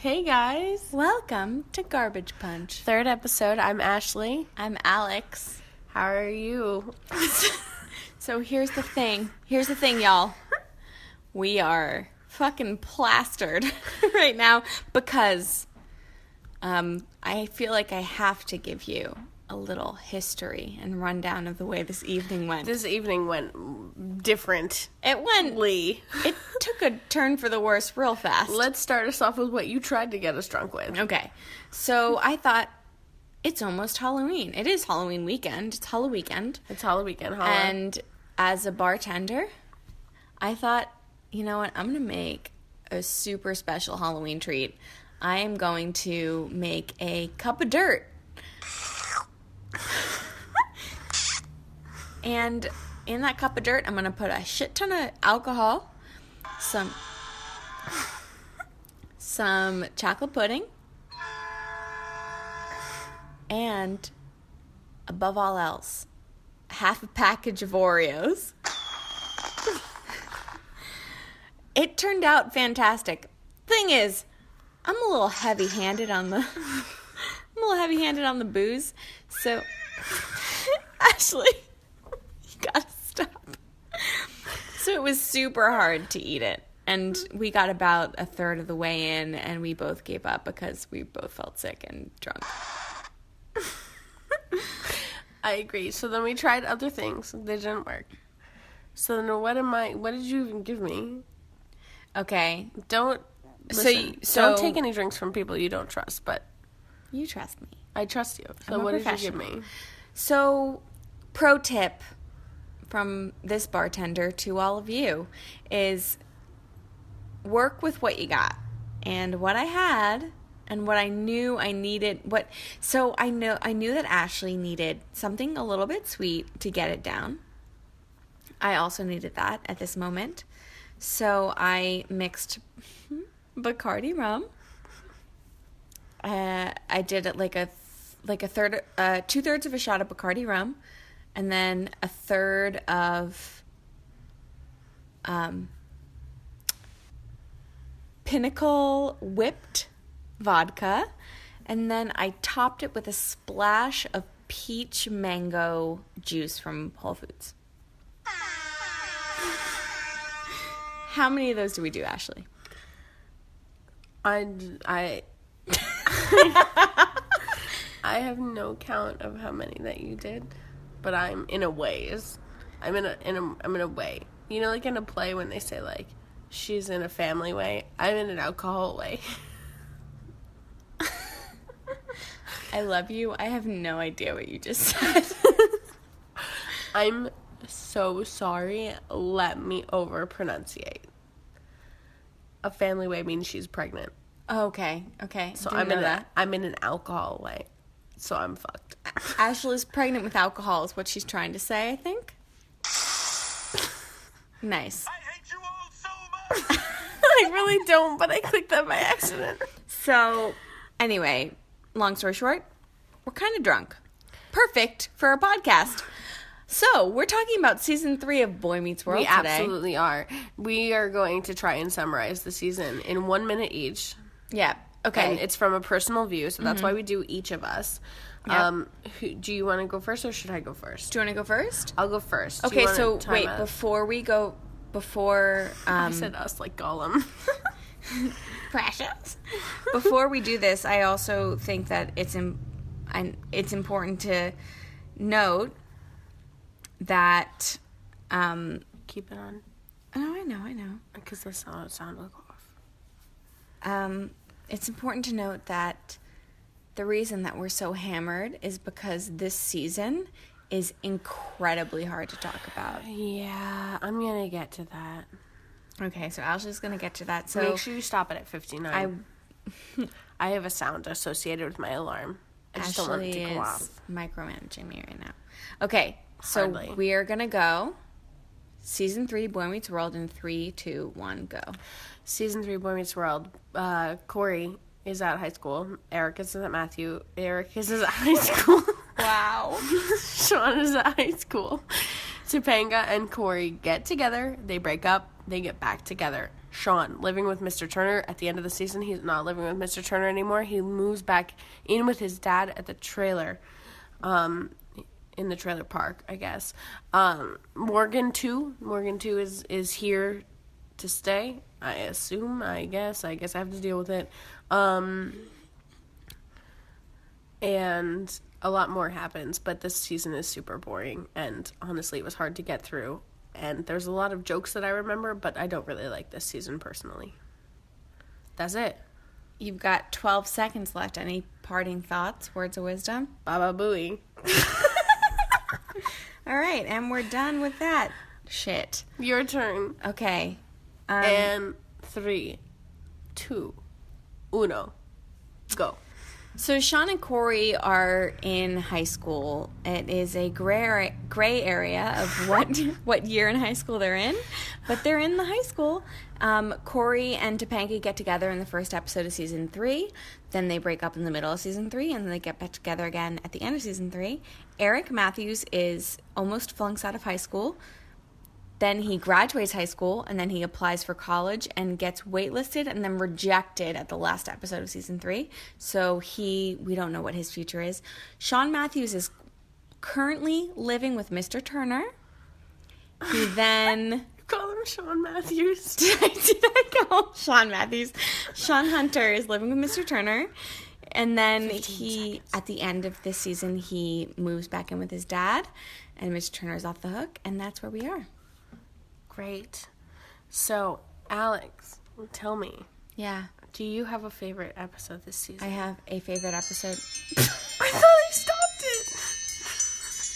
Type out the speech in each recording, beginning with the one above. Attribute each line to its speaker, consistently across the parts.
Speaker 1: Hey guys.
Speaker 2: Welcome to Garbage Punch.
Speaker 1: Third episode. I'm Ashley.
Speaker 2: I'm Alex.
Speaker 1: How are you?
Speaker 2: So here's the thing. Here's the thing, y'all. We are fucking plastered right now because um, I feel like I have to give you a little history and rundown of the way this evening went.
Speaker 1: This evening went different.
Speaker 2: it went.
Speaker 1: Lee.
Speaker 2: It took a turn for the worse real fast.
Speaker 1: Let's start us off with what you tried to get us drunk with.
Speaker 2: Okay. So I thought it's almost Halloween. It is Halloween weekend. It's Halloween weekend.
Speaker 1: It's Halloween weekend, holla.
Speaker 2: And as a bartender, I thought, you know what? I'm going to make a super special Halloween treat. I am going to make a cup of dirt. and in that cup of dirt, I'm going to put a shit ton of alcohol, some some chocolate pudding, and above all else, half a package of Oreos. it turned out fantastic. Thing is, I'm a little heavy-handed on the I'm a little heavy-handed on the booze. So Ashley, you got to stop. So it was super hard to eat it. And we got about a third of the way in and we both gave up because we both felt sick and drunk.
Speaker 1: I agree. So then we tried other things. They didn't work. So then what am I what did you even give me?
Speaker 2: Okay,
Speaker 1: Don't
Speaker 2: So
Speaker 1: listen,
Speaker 2: you- so-
Speaker 1: don't take any drinks from people you don't trust, but
Speaker 2: you trust me.
Speaker 1: I trust you. So
Speaker 2: I'm a
Speaker 1: what did you give
Speaker 2: professional.
Speaker 1: me?
Speaker 2: So, pro tip from this bartender to all of you is work with what you got. And what I had and what I knew I needed what so I know I knew that Ashley needed something a little bit sweet to get it down. I also needed that at this moment. So I mixed hmm, Bacardi rum. Uh, I did it like a th- like a third, uh, two thirds of a shot of Bacardi rum, and then a third of um, Pinnacle whipped vodka, and then I topped it with a splash of peach mango juice from Whole Foods. How many of those do we do, Ashley?
Speaker 1: I I I have no count of how many that you did, but I'm in a ways. I'm in a in a I'm in a way. You know, like in a play when they say like she's in a family way. I'm in an alcohol way.
Speaker 2: I love you. I have no idea what you just said.
Speaker 1: I'm so sorry. Let me over pronunciate. A family way means she's pregnant.
Speaker 2: Oh, okay, okay.
Speaker 1: So I'm in a, I'm in an alcohol way. So I'm fucked.
Speaker 2: Ashley's pregnant with alcohol is what she's trying to say, I think. Nice.
Speaker 3: I hate you all so much.
Speaker 1: I really don't, but I clicked that by accident.
Speaker 2: So, anyway, long story short, we're kind of drunk. Perfect for a podcast. So, we're talking about season three of Boy Meets World
Speaker 1: We
Speaker 2: today.
Speaker 1: absolutely are. We are going to try and summarize the season in one minute each.
Speaker 2: Yeah. Okay.
Speaker 1: And it's from a personal view, so that's why we do each of us.
Speaker 2: Yeah.
Speaker 1: Um, who, do you want to go first or should I go first?
Speaker 2: Do you want to go first?
Speaker 1: I'll go first. Do you
Speaker 2: Okay,
Speaker 1: wanna
Speaker 2: so
Speaker 1: time
Speaker 2: wait,
Speaker 1: us?
Speaker 2: before we go, before.
Speaker 1: I
Speaker 2: Um,
Speaker 1: said us like Gollum.
Speaker 2: precious. Before we do this, I also think that it's Im- I, it's important to note that um
Speaker 1: Keep it on
Speaker 2: oh I know I know
Speaker 1: because the sound sound will go off.
Speaker 2: um it's important to note that the reason that we're so hammered is because this season is incredibly hard to talk about.
Speaker 1: Yeah, I'm gonna get to that.
Speaker 2: Okay, so Ashley's gonna get to that. So
Speaker 1: Make sure you stop it at 59.
Speaker 2: I
Speaker 1: I have a sound associated with my alarm. I just don't want it
Speaker 2: Ashley
Speaker 1: to go off.
Speaker 2: is micromanaging me right now. Okay, so
Speaker 1: Hardly.
Speaker 2: we are gonna go season three, Boy Meets World, in three, two, one, go.
Speaker 1: season three Boy Meets World. Uh, Corey is at high school. Eric is at Matthew. Eric is at high school.
Speaker 2: Wow.
Speaker 1: Sean is at high school. Topanga and Corey get together. They break up. They get back together. Sean living with Mr. Turner. At the end of the season, he's not living with Mr. Turner anymore. He moves back in with his dad at the trailer, um, in the trailer park, I guess. Um, Morgan too. Morgan too is is here to stay. I assume. I guess. I guess I have to deal with it. Um, and a lot more happens, but this season is super boring, and honestly, it was hard to get through. And there's a lot of jokes that I remember, but I don't really like this season personally. That's it.
Speaker 2: You've got 12 seconds left. Any parting thoughts, words of wisdom?
Speaker 1: Baba Booey.
Speaker 2: All right, and we're done with that shit.
Speaker 1: Your turn.
Speaker 2: Okay. Um,
Speaker 1: and three, two, uno, go.
Speaker 2: So Sean and Corey are in high school. It is a gray gray area of what what year in high school they're in, but they're in the high school. Um, Corey and Topanga get together in the first episode of season three. Then they break up in the middle of season three, and then they get back together again at the end of season three. Eric Matthews is almost flunks out of high school. Then he graduates high school and then he applies for college and gets waitlisted and then rejected at the last episode of season three. So he, we don't know what his future is. Sean Matthews is currently living with Mr. Turner. He then,
Speaker 1: Call him Sean Matthews.
Speaker 2: did I, did I call Sean Matthews? Sean Hunter is living with Mr. Turner. And then he, at the end of this season, he moves back in with his dad and Mr. Turner's off the hook. And that's where we are.
Speaker 1: Great. So, Alex, tell me,
Speaker 2: Yeah.
Speaker 1: do you have a favorite episode this
Speaker 2: I
Speaker 1: season?
Speaker 2: have a favorite episode.
Speaker 1: I
Speaker 2: Oh.
Speaker 1: thought I stopped it.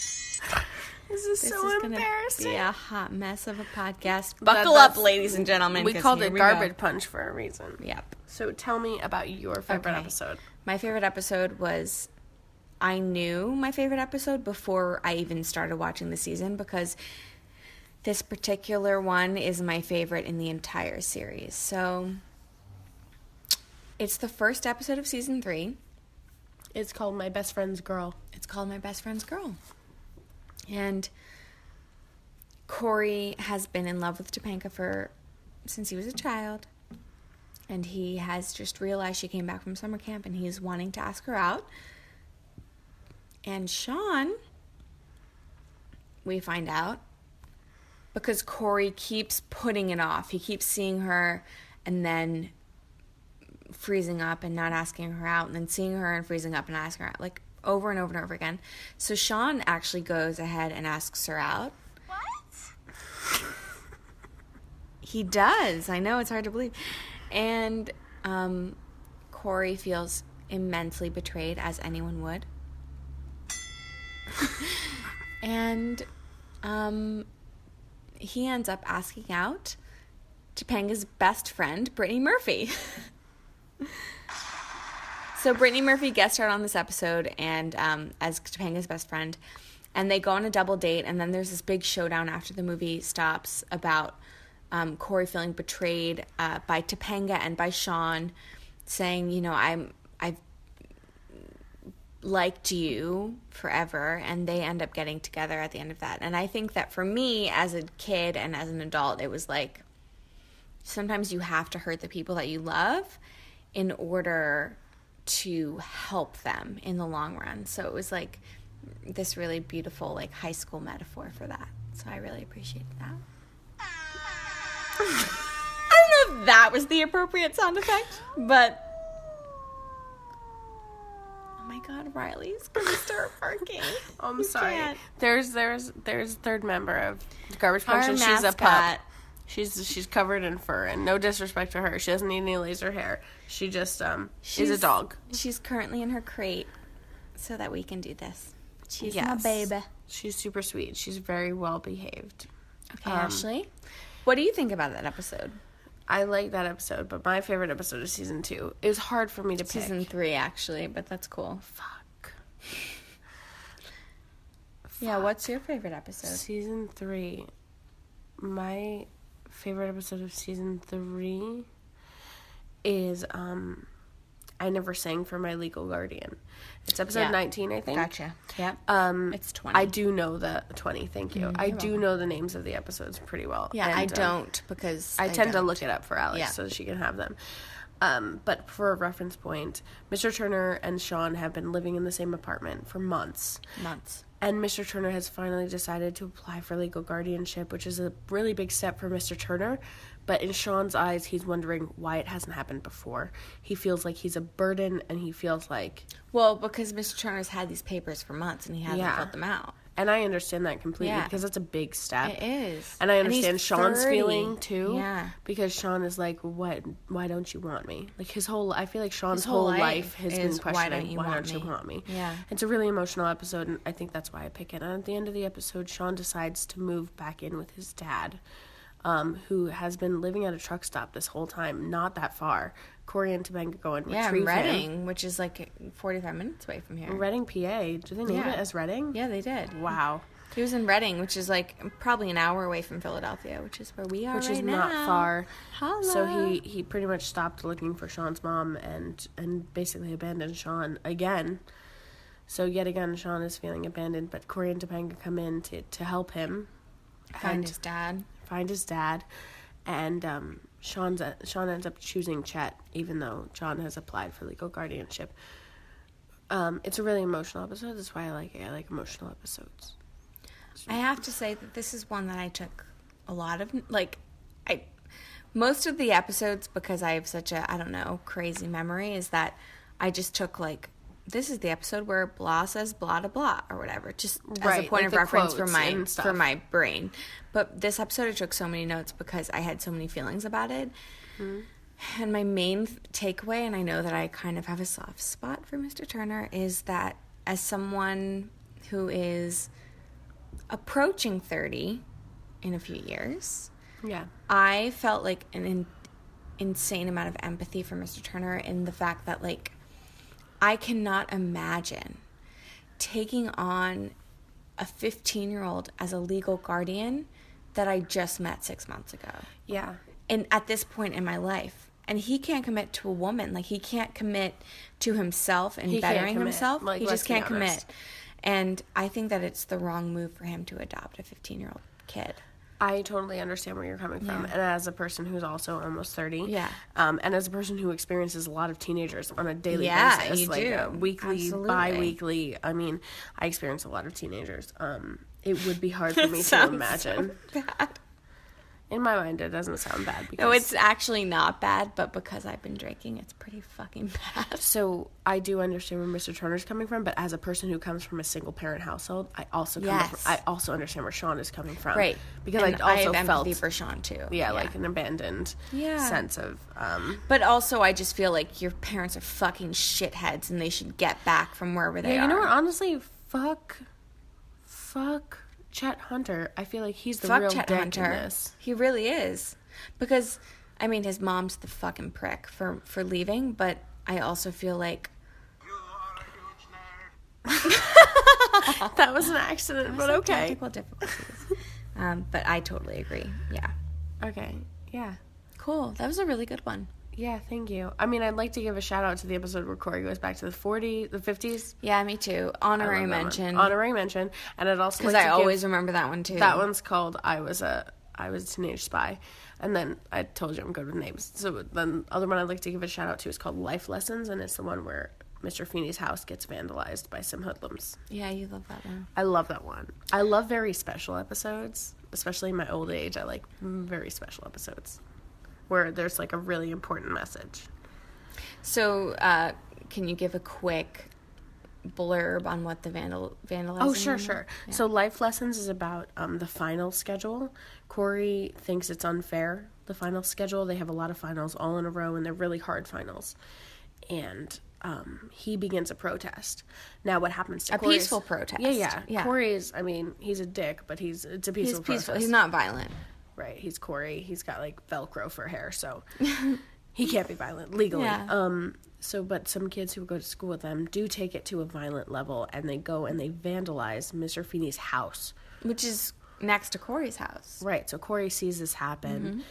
Speaker 1: This is so
Speaker 2: gonna
Speaker 1: embarrassing.
Speaker 2: Be a hot mess of a podcast.
Speaker 1: That-
Speaker 2: Buckle up,
Speaker 1: that's-
Speaker 2: ladies and gentlemen.
Speaker 1: We
Speaker 2: 'cause
Speaker 1: called
Speaker 2: here
Speaker 1: it
Speaker 2: we
Speaker 1: garbage punch for a reason.
Speaker 2: Go. Yep.
Speaker 1: So tell me about your favorite
Speaker 2: Okay.
Speaker 1: episode.
Speaker 2: My favorite episode was. I knew my favorite episode before I even started watching the season because this particular one is my favorite in the entire series. So it's the first episode of season three.
Speaker 1: It's called My Best Friend's Girl.
Speaker 2: It's called My Best Friend's Girl. And Corey has been in love with Topanka for since he was a child. And he has just realized she came back from summer camp and he's wanting to ask her out. And Sean, we find out, because Corey keeps putting it off. He keeps seeing her and then freezing up and not asking her out, and then seeing her and freezing up and not asking her out, like over and over and over again. So Sean actually goes ahead and asks her out. What? he does. I know it's hard to believe. And um, Corey feels immensely betrayed, as anyone would. and um, he ends up asking out Topanga's best friend, Brittany Murphy. So Brittany Murphy guest starred on this episode, and um, as Topanga's best friend, and they go on a double date, and then there's this big showdown after the movie stops about um, Corey feeling betrayed uh, by Topanga and by Sean, saying, you know, I'm I've liked you forever, and they end up getting together at the end of that. And I think that for me, as a kid and as an adult, it was like sometimes you have to hurt the people that you love in order to help them in the long run. So it was like this really beautiful like high school metaphor for that. So I really appreciated that. I don't know if that was the appropriate sound effect, but Oh my god, Riley's gonna start barking.
Speaker 1: Oh, I'm sorry.
Speaker 2: can't.
Speaker 1: There's there's there's third member of Garbage Punch,
Speaker 2: Our
Speaker 1: and she's a
Speaker 2: mascot.
Speaker 1: pup. She's she's covered in fur, and no disrespect to her, she doesn't need any laser hair. She just um she's, is a dog.
Speaker 2: She's currently in her crate so that we can do this. She's
Speaker 1: Yes.
Speaker 2: my baby.
Speaker 1: She's super sweet. She's very well behaved.
Speaker 2: Okay, Ashley. Um, What do you think about that episode?
Speaker 1: I like that episode, but my favorite episode of season two it was hard for me to pick.
Speaker 2: Season three, actually, but that's cool.
Speaker 1: Fuck.
Speaker 2: Yeah, what's your favorite episode?
Speaker 1: Season three. My favorite episode of season three is um I never sang for my legal guardian. It's episode
Speaker 2: Yeah.
Speaker 1: 19, I think.
Speaker 2: Gotcha. Yep.
Speaker 1: Um,
Speaker 2: it's 20.
Speaker 1: I do know the 20, thank you. I do know the names of the episodes pretty well.
Speaker 2: Mm-hmm. yeah, I
Speaker 1: and, um,
Speaker 2: don't because
Speaker 1: I tend to
Speaker 2: don't.
Speaker 1: look it up for Alex
Speaker 2: Yeah.
Speaker 1: so she can have them. Um, but for a reference point, Mr. Turner and Sean have been living in the same apartment for months.
Speaker 2: months.
Speaker 1: And Mr. Turner has finally decided to apply for legal guardianship, which is a really big step for Mr. Turner. But in Sean's eyes, he's wondering why it hasn't happened before. He feels like he's a burden and he feels like.
Speaker 2: Well, because Mr. Turner's had these papers for months and he hasn't
Speaker 1: Yeah.
Speaker 2: filled them out.
Speaker 1: And I understand that completely
Speaker 2: Yeah.
Speaker 1: because that's a big step.
Speaker 2: It is.
Speaker 1: And I
Speaker 2: he's
Speaker 1: understand Sean's
Speaker 2: 30.
Speaker 1: feeling too.
Speaker 2: Yeah.
Speaker 1: Because Sean is like, what? Why don't you want me? Like his whole. I feel like Sean's
Speaker 2: whole
Speaker 1: whole life
Speaker 2: life
Speaker 1: has
Speaker 2: is,
Speaker 1: been
Speaker 2: why
Speaker 1: questioning why
Speaker 2: don't
Speaker 1: don't
Speaker 2: you
Speaker 1: you,
Speaker 2: want me?
Speaker 1: want me?
Speaker 2: Yeah.
Speaker 1: It's a really emotional episode, and I think that's why I pick it. And at the end of the episode, Sean decides to move back in with his dad, um, who has been living at a truck stop this whole time, not that far. Corey and Topanga go and
Speaker 2: Yeah,
Speaker 1: retrieve
Speaker 2: Reading,
Speaker 1: him.
Speaker 2: which is like 45 minutes away from here.
Speaker 1: Reading, PA. Do they name
Speaker 2: Yeah.
Speaker 1: it as Reading?
Speaker 2: Yeah, they did.
Speaker 1: Wow.
Speaker 2: He was in Reading, which is like probably an hour away from Philadelphia, which is where we are
Speaker 1: which is
Speaker 2: right now.
Speaker 1: not far.
Speaker 2: Holla.
Speaker 1: So he he pretty much stopped looking for Sean's mom and and basically abandoned Sean again. So yet again, Sean is feeling abandoned, but Corey and Topanga come in to to help him
Speaker 2: found
Speaker 1: and-
Speaker 2: his dad.
Speaker 1: find his dad, and um, Sean's Sean ends up choosing Chet, even though John has applied for legal guardianship. Um, it's a really emotional episode. That's why I like it. I like emotional episodes.
Speaker 2: I have to say that this is one that I took a lot of like I most of the episodes because I have such a I don't know crazy memory is that I just took like this is the episode where blah says blah to blah or whatever just as a
Speaker 1: Right,
Speaker 2: point
Speaker 1: like
Speaker 2: of
Speaker 1: the
Speaker 2: reference for
Speaker 1: quotes
Speaker 2: my
Speaker 1: and
Speaker 2: for
Speaker 1: stuff.
Speaker 2: my brain. But this episode I took so many notes because I had so many feelings about it.
Speaker 1: Hmm.
Speaker 2: And my main th- takeaway, and I know that I kind of have a soft spot for Mr. Turner, is that as someone who is approaching 30 in a few years,
Speaker 1: Yeah.
Speaker 2: I felt like an in- insane amount of empathy for Mr. Turner in the fact that, like, I cannot imagine taking on a 15 year old as a legal guardian that I just met six months ago
Speaker 1: Yeah.
Speaker 2: and at this point in my life and he can't commit to a woman like he can't commit to himself and
Speaker 1: He can't
Speaker 2: bettering
Speaker 1: commit.
Speaker 2: himself
Speaker 1: Like,
Speaker 2: he
Speaker 1: let's
Speaker 2: just
Speaker 1: be
Speaker 2: can't commit
Speaker 1: honest.
Speaker 2: and i think that it's the wrong move for him to adopt a 15 year old kid
Speaker 1: I totally understand where you're coming from,
Speaker 2: Yeah.
Speaker 1: and as a person who's also almost thirty,
Speaker 2: Yeah.
Speaker 1: um, and as a person who experiences a lot of teenagers on a daily
Speaker 2: Yeah,
Speaker 1: basis,
Speaker 2: you
Speaker 1: like
Speaker 2: do.
Speaker 1: uh, weekly,
Speaker 2: Absolutely.
Speaker 1: bi-weekly. I mean, I experience a lot of teenagers. Um, it would be hard for me to
Speaker 2: sounds so
Speaker 1: imagine. In my mind, it doesn't sound bad because
Speaker 2: no it's actually not bad but because i've been drinking it's pretty fucking bad
Speaker 1: So I do understand where Mr. Turner's coming from, but as a person who comes from a single parent household, I also come
Speaker 2: Yes.
Speaker 1: from, I also understand where Sean is coming from,
Speaker 2: right
Speaker 1: Because
Speaker 2: And
Speaker 1: I also
Speaker 2: have empathy
Speaker 1: felt
Speaker 2: for sean too
Speaker 1: yeah, like an abandoned
Speaker 2: Yeah.
Speaker 1: sense of um,
Speaker 2: but also i just feel like your parents are fucking shitheads and they should get back from wherever they
Speaker 1: Yeah,
Speaker 2: are
Speaker 1: you know what? Honestly, fuck, fuck Chet Hunter. I feel like he's the
Speaker 2: fuck
Speaker 1: real
Speaker 2: Chet
Speaker 1: dick
Speaker 2: Hunter.
Speaker 1: in this.
Speaker 2: He really is. Because I mean his mom's the fucking prick for for leaving, but I also feel like
Speaker 3: You are a huge nerd.
Speaker 1: That was an accident, but okay.
Speaker 2: technical difficulties. um, but I totally agree. Yeah.
Speaker 1: Okay, yeah.
Speaker 2: Cool. That was a really good one.
Speaker 1: Yeah, thank you. I mean, I'd like to give a shout out to the episode where Corey goes back to the 40s, the 50s.
Speaker 2: Yeah, me too.
Speaker 1: I
Speaker 2: Honorary
Speaker 1: love that one.
Speaker 2: mention.
Speaker 1: Honorary mention. And I'd also
Speaker 2: because
Speaker 1: like
Speaker 2: I
Speaker 1: to give-
Speaker 2: always remember that one too.
Speaker 1: That one's called I Was a I Was a Teenage Spy. And then I told you I'm good with names. So then the other one I'd like to give a shout out to is called Life Lessons, and it's the one where Mr. Feeney's house gets vandalized by some hoodlums.
Speaker 2: Yeah, you love that one.
Speaker 1: I love that one. I love very special episodes, especially in my old age. I like very special episodes where there's like a really important message.
Speaker 2: So uh, can you give a quick blurb on what the vandal vandalism?
Speaker 1: Oh, sure,
Speaker 2: was?
Speaker 1: sure. So, Life Lessons is about um, the final schedule. Corey thinks it's unfair, the final schedule. They have a lot of finals all in a row, and they're really hard finals. And um, he begins a protest. Now, what happens to
Speaker 2: A
Speaker 1: Corey's-
Speaker 2: peaceful protest.
Speaker 1: Yeah, yeah.
Speaker 2: Yeah.
Speaker 1: Corey's, I mean, he's a dick, but he's it's a
Speaker 2: He's
Speaker 1: peaceful
Speaker 2: peaceful.
Speaker 1: protest.
Speaker 2: He's not violent.
Speaker 1: Right. He's Corey. He's got like Velcro for hair, so he can't be violent legally.
Speaker 2: Yeah.
Speaker 1: Um so but some kids who go to school with them do take it to a violent level and they go and they vandalize Mr. Feeney's house.
Speaker 2: Which is next to Corey's house.
Speaker 1: Right. So Corey sees this happen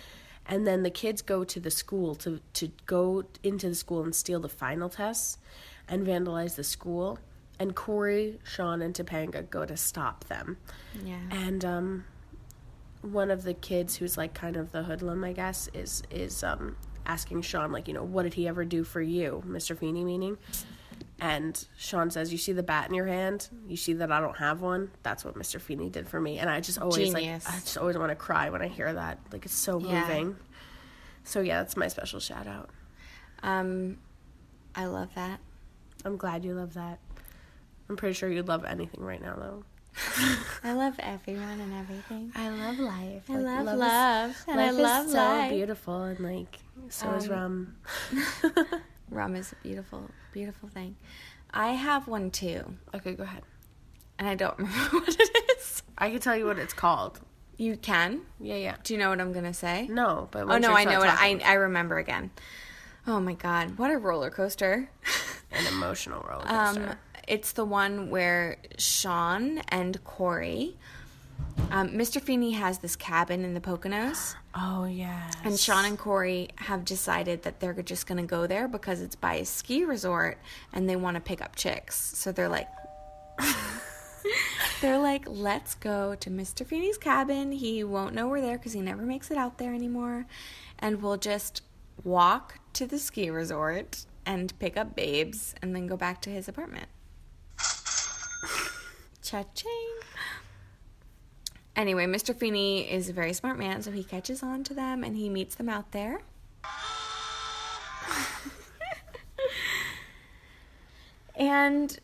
Speaker 1: and then the kids go to the school to to go into the school and steal the final tests and vandalize the school and Corey, Sean and Topanga go to stop them.
Speaker 2: Yeah.
Speaker 1: And um one of the kids who's like kind of the hoodlum, I guess, is is um asking Sean like, you know, what did he ever do for you, Mr. Feeney meaning? And Sean says, "You see the bat in your hand? You see that I don't have one? That's what Mr. Feeney did for me." And I just always
Speaker 2: Genius.
Speaker 1: like I just always want to cry when I hear that. Like it's so
Speaker 2: Yeah.
Speaker 1: moving. So yeah, that's my special shout out.
Speaker 2: Um, I love that.
Speaker 1: I'm glad you love that. I'm pretty sure you'd love anything right now though.
Speaker 2: I love everyone and everything.
Speaker 1: I love life.
Speaker 2: I love love, and I love
Speaker 1: so
Speaker 2: life.
Speaker 1: beautiful and like so is
Speaker 2: Um,
Speaker 1: rum.
Speaker 2: Rum is a beautiful, beautiful thing. I have one too,
Speaker 1: okay, go ahead.
Speaker 2: and I don't remember what it is.
Speaker 1: I can tell you what it's called.
Speaker 2: You can.
Speaker 1: Yeah, yeah.
Speaker 2: Do you know what I'm gonna say?
Speaker 1: No, but
Speaker 2: Oh
Speaker 1: once
Speaker 2: no,
Speaker 1: you're
Speaker 2: I know
Speaker 1: done
Speaker 2: it. I
Speaker 1: talking,
Speaker 2: I remember again. Oh my god, what a roller coaster!
Speaker 1: an emotional roller coaster.
Speaker 2: Um, it's the one where Sean and Corey, um, Mr. Feeney has this cabin in the Poconos,
Speaker 1: oh yeah.
Speaker 2: and Sean and Corey have decided that they're just gonna go there because it's by a ski resort, and they want to pick up chicks. So they're like, they're like, let's go to Mr. Feeney's cabin. He won't know we're there because he never makes it out there anymore, and we'll just walk to the ski resort and pick up babes, and then go back to his apartment. Cha-ching. Anyway, Mr. Feeney is a very smart man, so he catches on to them and he meets them out there. and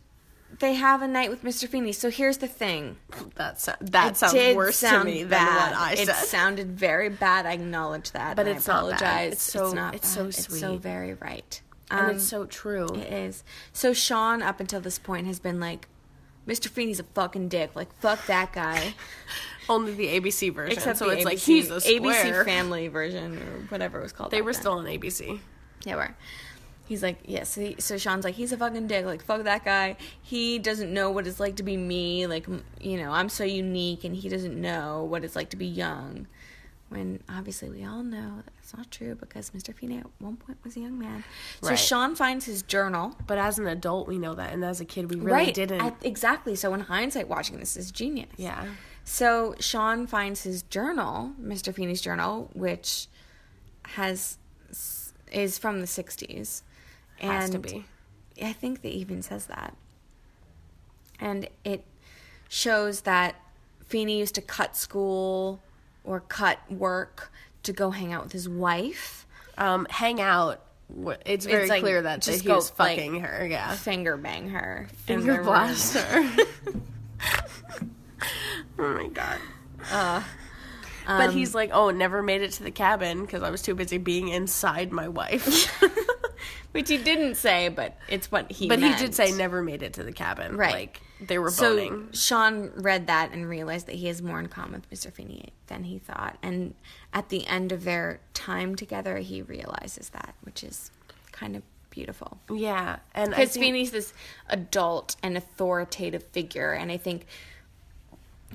Speaker 2: they have a night with Mr. Feeney. So here's the thing.
Speaker 1: that so- that sounds
Speaker 2: Did
Speaker 1: worse
Speaker 2: sound
Speaker 1: to me
Speaker 2: bad.
Speaker 1: than what I
Speaker 2: it
Speaker 1: said.
Speaker 2: sounded very bad. I acknowledge that.
Speaker 1: But
Speaker 2: and
Speaker 1: it's
Speaker 2: I
Speaker 1: not bad.
Speaker 2: apologize.
Speaker 1: It's so- it's so
Speaker 2: It's so
Speaker 1: sweet.
Speaker 2: very right.
Speaker 1: and
Speaker 2: Um,
Speaker 1: it's so true.
Speaker 2: it is. So Sean, up until this point, has been like, Mr. Feeney's a fucking dick. Like, fuck that guy.
Speaker 1: Only the ABC version.
Speaker 2: Except
Speaker 1: so
Speaker 2: the
Speaker 1: it's
Speaker 2: ABC,
Speaker 1: like he's a square.
Speaker 2: ABC Family version or whatever it was called.
Speaker 1: They
Speaker 2: back
Speaker 1: were
Speaker 2: then.
Speaker 1: still on ABC.
Speaker 2: They were. He's like, yeah. So, he, so Sean's like, he's a fucking dick. Like, fuck that guy. He doesn't know what it's like to be me. Like, m- you know, I'm so unique, and he doesn't know what it's like to be young. When obviously we all know that's not true because Mr. Feeney at one point was a young man. So
Speaker 1: Right.
Speaker 2: Sean finds his journal.
Speaker 1: But as an adult, we know that, and as a kid, we really didn't.
Speaker 2: At- exactly. So in hindsight, watching this is genius.
Speaker 1: yeah.
Speaker 2: So Sean finds his journal, Mr. Feeney's journal, which has is from the '60s, and
Speaker 1: Has to be.
Speaker 2: I think they even says that, and it shows that Feeney used to cut school or cut work to go hang out with his wife,
Speaker 1: Um, hang out. wh- It's very
Speaker 2: like,
Speaker 1: clear that
Speaker 2: just
Speaker 1: he
Speaker 2: go,
Speaker 1: was
Speaker 2: like,
Speaker 1: fucking her. Yeah.
Speaker 2: finger bang her, in
Speaker 1: Finger
Speaker 2: their room.
Speaker 1: blast her. oh my god. Uh, but he's like, oh, never made it to the cabin because I was too busy being inside my wife.
Speaker 2: which he didn't say, but it's what he.
Speaker 1: but
Speaker 2: meant.
Speaker 1: he did say never made it to the cabin.
Speaker 2: Right.
Speaker 1: Like they were
Speaker 2: So
Speaker 1: boning.
Speaker 2: Sean read that and realized that he has more in common with Mr. Feeney than he thought. And at the end of their time together, he realizes that, which is kind of beautiful.
Speaker 1: yeah, and I
Speaker 2: Because
Speaker 1: think,
Speaker 2: Feeney's this adult and authoritative figure. And I think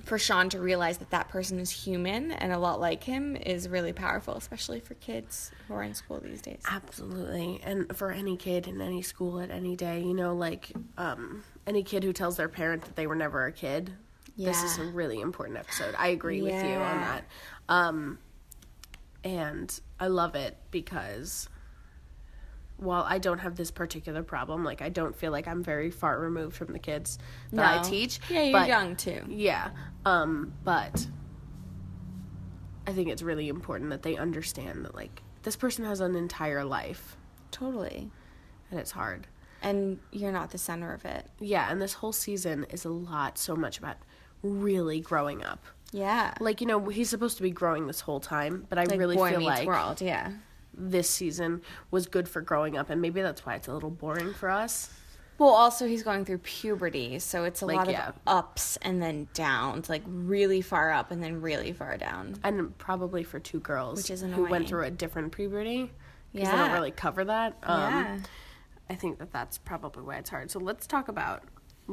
Speaker 2: for Sean to realize that that person is human and a lot like him is really powerful, especially for kids who are in school these days.
Speaker 1: Absolutely. And for any kid in any school at any day, you know, like um, any kid who tells their parent that they were never a kid, this is a
Speaker 2: Yeah.
Speaker 1: really important episode. I agree with you on
Speaker 2: Yeah.
Speaker 1: that. Um, and I love it because while I don't have this particular problem, like I don't feel like I'm very far removed from the kids that I
Speaker 2: No.
Speaker 1: teach.
Speaker 2: Yeah, you're
Speaker 1: but-
Speaker 2: young too.
Speaker 1: yeah. Um, but I think it's really important that they understand that like this person has an entire life
Speaker 2: Totally.
Speaker 1: and it's hard.
Speaker 2: And you're not the center of it.
Speaker 1: Yeah, and this whole season is a lot so much about really growing up.
Speaker 2: Yeah.
Speaker 1: Like, you know, he's supposed to be growing this whole time, but I really
Speaker 2: Boy
Speaker 1: feel
Speaker 2: Meets
Speaker 1: like
Speaker 2: World, yeah.
Speaker 1: this season was good for growing up and maybe that's why it's a little boring for us.
Speaker 2: Well, also he's going through puberty, so it's a
Speaker 1: Like,
Speaker 2: lot
Speaker 1: yeah.
Speaker 2: of ups and then downs, like really far up and then really far down.
Speaker 1: And probably for two girls
Speaker 2: Which is
Speaker 1: who
Speaker 2: annoying.
Speaker 1: went through a different puberty. Because they
Speaker 2: Yeah.
Speaker 1: don't really cover that. Um,
Speaker 2: yeah.
Speaker 1: I think that that's probably why it's hard. So let's talk about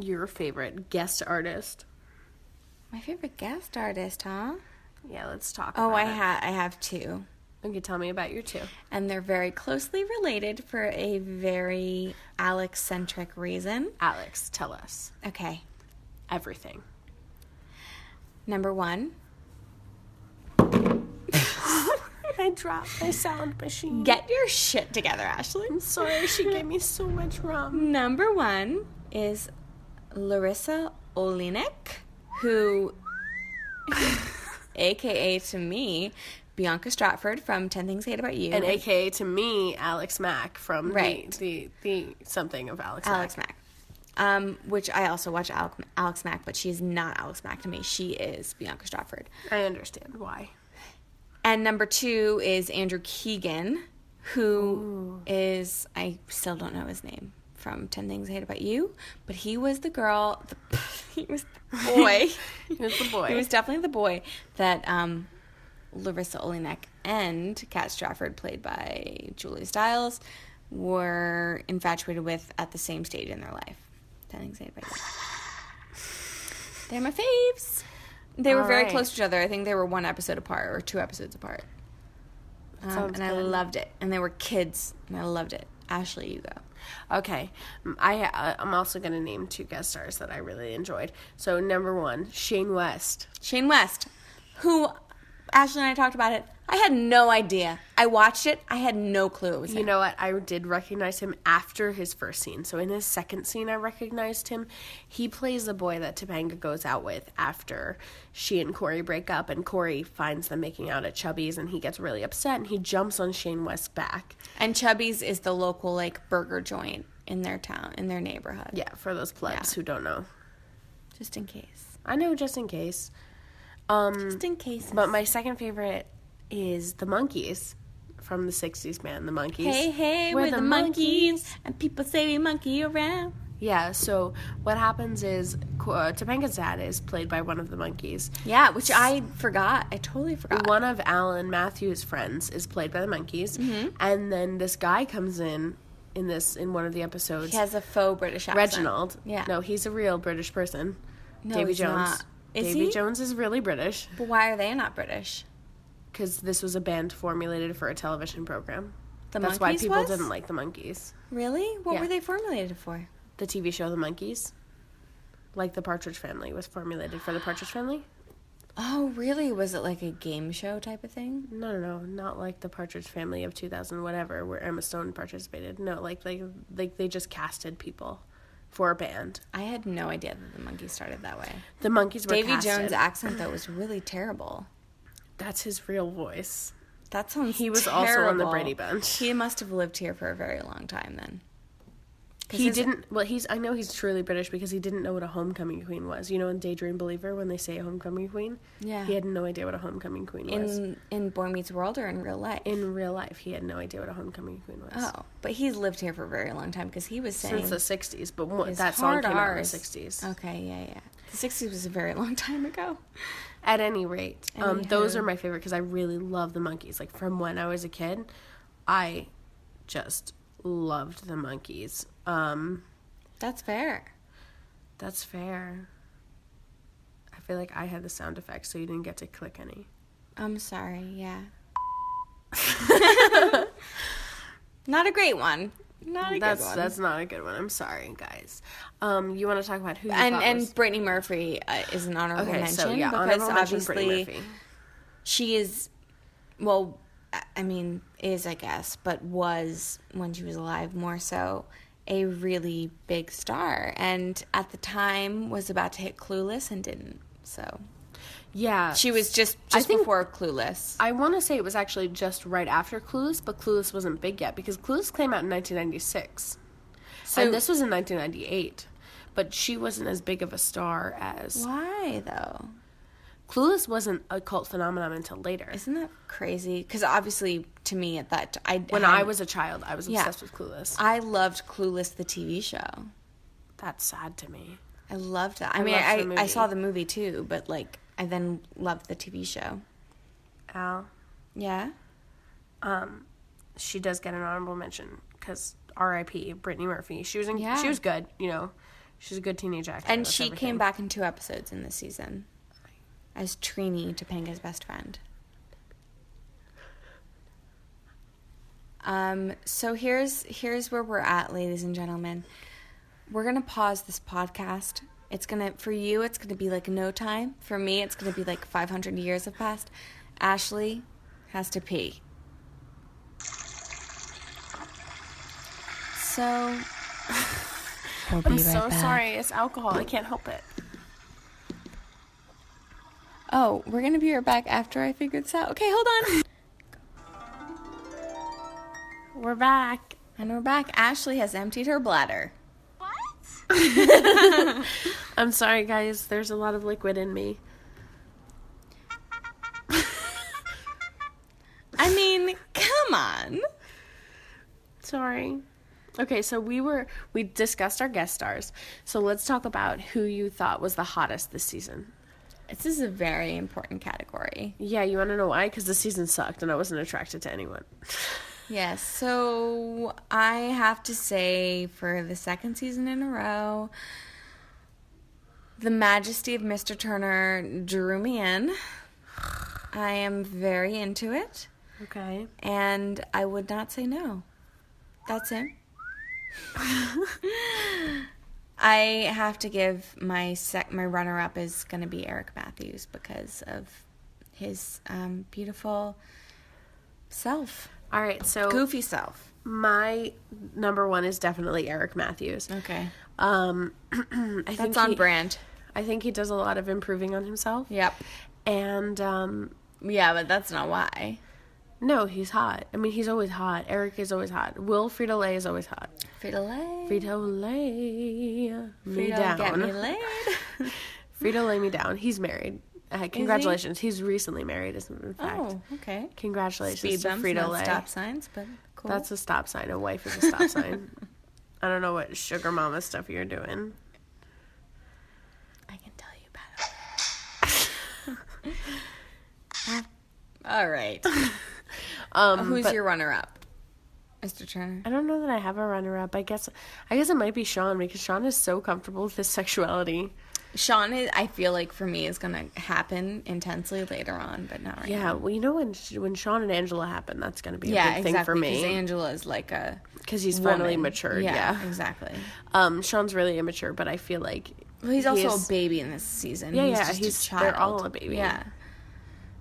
Speaker 1: your favorite guest artist.
Speaker 2: My favorite guest artist, huh?
Speaker 1: Yeah, let's talk.
Speaker 2: Oh,
Speaker 1: about
Speaker 2: I
Speaker 1: it.
Speaker 2: ha I have two.
Speaker 1: Okay, tell me about your two.
Speaker 2: and they're very closely related for a very Alex centric reason.
Speaker 1: Alex, tell us
Speaker 2: Okay,
Speaker 1: everything.
Speaker 2: number one,
Speaker 1: I dropped my sound machine.
Speaker 2: get your shit together, Ashley.
Speaker 1: I'm sorry, she gave me so much rum.
Speaker 2: Number one is Larissa Olinek, who, aka to me, Bianca Stratford from 10 Things I Hate About You.
Speaker 1: And AKA to me, Alex Mack from the-
Speaker 2: Right.
Speaker 1: the, the, something of Alex,
Speaker 2: Alex Mack. Um, which I also watch Al- Alex Mack, but she is not Alex Mack to me. She is Bianca Stratford.
Speaker 1: Mack. I understand why.
Speaker 2: And number two is Andrew Keegan, who is I still don't know his name from Ten Things I Hate About You, but he was the girl. The, he was the boy.
Speaker 1: He was the boy.
Speaker 2: he was definitely the boy that um, Larissa Olenek and Kat Strafford, played by Julia Stiles, were infatuated with at the same stage in their life. Ten Things I Hate About You. They're my faves. They were
Speaker 1: All
Speaker 2: very
Speaker 1: right.
Speaker 2: close to each other. I think they were one episode apart or two episodes apart. Um, and
Speaker 1: sounds
Speaker 2: I
Speaker 1: good.
Speaker 2: loved it. And they were kids, and I loved it. Ashley, you go.
Speaker 1: Okay, Um, I uh, I'm also gonna name two guest stars that I really enjoyed. So number one, Shane West.
Speaker 2: Shane West, who Ashley and I talked about it. I had no idea. I watched it. I had no clue it was
Speaker 1: You
Speaker 2: him.
Speaker 1: know what? I did recognize him after his first scene. So in his second scene, I recognized him. He plays the boy that Topanga goes out with after she and Corey break up, and Corey finds them making out at Chubby's, and he gets really upset, and he jumps on Shane West's back.
Speaker 2: And Chubby's is the local like burger joint in their town, in their neighborhood.
Speaker 1: Yeah, for those plebs
Speaker 2: Yeah.
Speaker 1: who don't know,
Speaker 2: Just in case.
Speaker 1: I know just in case. Um,
Speaker 2: Just in case.
Speaker 1: But my second favorite is the monkeys from the '60s band, the monkeys.
Speaker 2: hey, hey, we're, the, monkeys. and people say we monkey around.
Speaker 1: Yeah. So what happens is uh, Topanga's dad is played by one of the monkeys.
Speaker 2: Yeah, which I forgot. I totally forgot.
Speaker 1: One of Alan Matthews' friends is played by the monkeys,
Speaker 2: Mm-hmm.
Speaker 1: and then this guy comes in in this in one of the episodes.
Speaker 2: He has a faux British accent.
Speaker 1: Reginald.
Speaker 2: Yeah.
Speaker 1: No, he's a real British person.
Speaker 2: No,
Speaker 1: Davy
Speaker 2: he's
Speaker 1: Jones.
Speaker 2: not. Is
Speaker 1: Davy
Speaker 2: he?
Speaker 1: Jones is really British
Speaker 2: But why are they not British?
Speaker 1: because this was a band formulated for a television program.
Speaker 2: The
Speaker 1: That's why
Speaker 2: monkeys
Speaker 1: people
Speaker 2: was?
Speaker 1: didn't like the monkeys.
Speaker 2: Really? What
Speaker 1: Yeah.
Speaker 2: were they formulated for?
Speaker 1: the TV show The Monkeys, like the Partridge Family was formulated for the Partridge Family.
Speaker 2: Oh, really? Was it like a game show type of thing?
Speaker 1: No, no, no, not like the Partridge Family of 2000 whatever where Emma Stone participated. No, like like like they just casted people for a band.
Speaker 2: I had no idea that the monkey started that way.
Speaker 1: The Monkeys were
Speaker 2: Davy
Speaker 1: casted.
Speaker 2: Jones' accent though was really terrible.
Speaker 1: That's his real voice.
Speaker 2: That sounds.
Speaker 1: He was also on the
Speaker 2: terrible.
Speaker 1: Brady Bunch.
Speaker 2: He must have lived here for a very long time then. 'Cause
Speaker 1: He
Speaker 2: his-
Speaker 1: didn't. Well, he's. I know he's truly British because he didn't know what a homecoming queen was. You know, in Daydream Believer, when they say a homecoming queen,
Speaker 2: Yeah.
Speaker 1: he had no idea what a homecoming queen was.
Speaker 2: in in Boy Meets World or in real life.
Speaker 1: In real life, he had no idea what a homecoming queen was.
Speaker 2: oh, but he's lived here for a very long time because he was saying
Speaker 1: since the 60s, but what,
Speaker 2: his
Speaker 1: that song
Speaker 2: hard
Speaker 1: came out in the
Speaker 2: Rs.
Speaker 1: 60s.
Speaker 2: Okay, yeah, yeah. The sixties was a very long time ago.
Speaker 1: At any rate, um, those
Speaker 2: Anywho.
Speaker 1: are my favorite because I really love the monkeys. Like from when I was a kid, I just loved the monkeys. Um,
Speaker 2: That's fair.
Speaker 1: that's fair. I feel like I had the sound effects, so you didn't get to click any.
Speaker 2: I'm sorry. Yeah. Not a great one. Not a
Speaker 1: That's
Speaker 2: good one.
Speaker 1: that's not a good one. I'm sorry, guys. Um, you want to talk about who you
Speaker 2: and
Speaker 1: thought
Speaker 2: and
Speaker 1: was-
Speaker 2: Brittany Murphy uh, is an honorable
Speaker 1: okay,
Speaker 2: mention
Speaker 1: so yeah,
Speaker 2: because
Speaker 1: honorable mention, Brittany
Speaker 2: obviously
Speaker 1: Murphy.
Speaker 2: she is well I- I mean is I guess but was when she was alive more so a really big star and at the time was about to hit Clueless and didn't so
Speaker 1: Yeah,
Speaker 2: she was just
Speaker 1: I
Speaker 2: just
Speaker 1: think-
Speaker 2: before Clueless
Speaker 1: I want to say it was actually just right after Clueless, but Clueless wasn't big yet because Clueless came out in 1996.
Speaker 2: so
Speaker 1: and this was in 1998. But she wasn't as big of a star as.
Speaker 2: why though
Speaker 1: Clueless wasn't a cult phenomenon until later.
Speaker 2: isn't that crazy because obviously to me at that t- I
Speaker 1: When
Speaker 2: hadn't-
Speaker 1: I was a child, I was
Speaker 2: Yeah.
Speaker 1: obsessed with Clueless.
Speaker 2: I loved Clueless the TV show
Speaker 1: That's sad to me.
Speaker 2: I loved that. I, mean,
Speaker 1: loved
Speaker 2: I,
Speaker 1: the
Speaker 2: I
Speaker 1: movie.
Speaker 2: saw the movie too, but like I then loved the TV show.
Speaker 1: Al,
Speaker 2: Yeah.
Speaker 1: she does get an honorable mention because R.I.P. Brittany Murphy. She was in,
Speaker 2: Yeah.
Speaker 1: she was good. You know, she's a good teenage actor.
Speaker 2: And
Speaker 1: that's
Speaker 2: she
Speaker 1: everything.
Speaker 2: came back in two episodes in this season as Trini, Topanga's best friend. Um, so here's here's where we're at, ladies and gentlemen. We're gonna pause this podcast. It's gonna for you. It's gonna be like no time. For me, it's gonna be like 500 years have passed. Ashley has to pee. So we'll be
Speaker 1: I'm so sorry. It's alcohol. I can't help it.
Speaker 2: Oh, we're gonna be right back after I figure this out. Okay, hold on.
Speaker 1: We're back.
Speaker 2: And we're back. Ashley has emptied her bladder.
Speaker 1: I'm sorry, guys. There's a lot of liquid in me.
Speaker 2: I mean, come on.
Speaker 1: Sorry. Okay, so we were we discussed our guest stars. So let's talk about who you thought was the hottest this season.
Speaker 2: This is a very important category.
Speaker 1: Yeah, you want to know why? Because the season sucked and I wasn't attracted to anyone.
Speaker 2: Yes, so I have to say for the second season in a row, the majesty of Mr. Turner drew me in. I am very into it,
Speaker 1: okay.
Speaker 2: and I would not say no. That's him. I have to give my sec my runner up is going to be Eric Matthews because of his um, beautiful self,
Speaker 1: All right, so
Speaker 2: goofy self.
Speaker 1: my number one is definitely Eric Matthews.
Speaker 2: Okay,
Speaker 1: Um, I think
Speaker 2: that's on
Speaker 1: he-
Speaker 2: brand.
Speaker 1: I think he does a lot of improving on himself.
Speaker 2: Yep.
Speaker 1: And um,
Speaker 2: Yeah, but that's not why.
Speaker 1: no, he's hot. I mean, he's always hot. Eric is always hot. Will Frito Lay is always hot.
Speaker 2: Frito Lay.
Speaker 1: Frito Lay me
Speaker 2: Frito, get me
Speaker 1: down.
Speaker 2: laid.
Speaker 1: Frito Lay me down. He's married. Uh, congratulations. He's recently married, as in fact.
Speaker 2: oh, okay.
Speaker 1: Congratulations
Speaker 2: Speed
Speaker 1: to
Speaker 2: bumps,
Speaker 1: Frito
Speaker 2: not
Speaker 1: Lay.
Speaker 2: stop signs, but cool.
Speaker 1: That's a stop sign. A wife is a stop sign. I don't know what sugar mama stuff you're doing.
Speaker 2: I can tell you about it. All right.
Speaker 1: Um,
Speaker 2: Who's
Speaker 1: but
Speaker 2: your runner-up, Mr. Turner?
Speaker 1: I don't know that I have a runner up. I guess I guess it might be Sean because Sean is so comfortable with his sexuality.
Speaker 2: Sean is. I feel like for me is gonna happen intensely later on, but not right now.
Speaker 1: Yeah, well, you know when sh- when Sean and Angela happen, that's going to be a
Speaker 2: Yeah,
Speaker 1: big
Speaker 2: exactly.
Speaker 1: thing for
Speaker 2: Because
Speaker 1: me
Speaker 2: Angela is like a
Speaker 1: because he's finally
Speaker 2: woman.
Speaker 1: matured. Yeah,
Speaker 2: exactly.
Speaker 1: um, Sean's really immature, but I feel like
Speaker 2: Well, he's also
Speaker 1: is-
Speaker 2: a baby in this season.
Speaker 1: Yeah,
Speaker 2: he's
Speaker 1: yeah,
Speaker 2: Just
Speaker 1: he's-
Speaker 2: a child.
Speaker 1: they're all a baby.
Speaker 2: Yeah,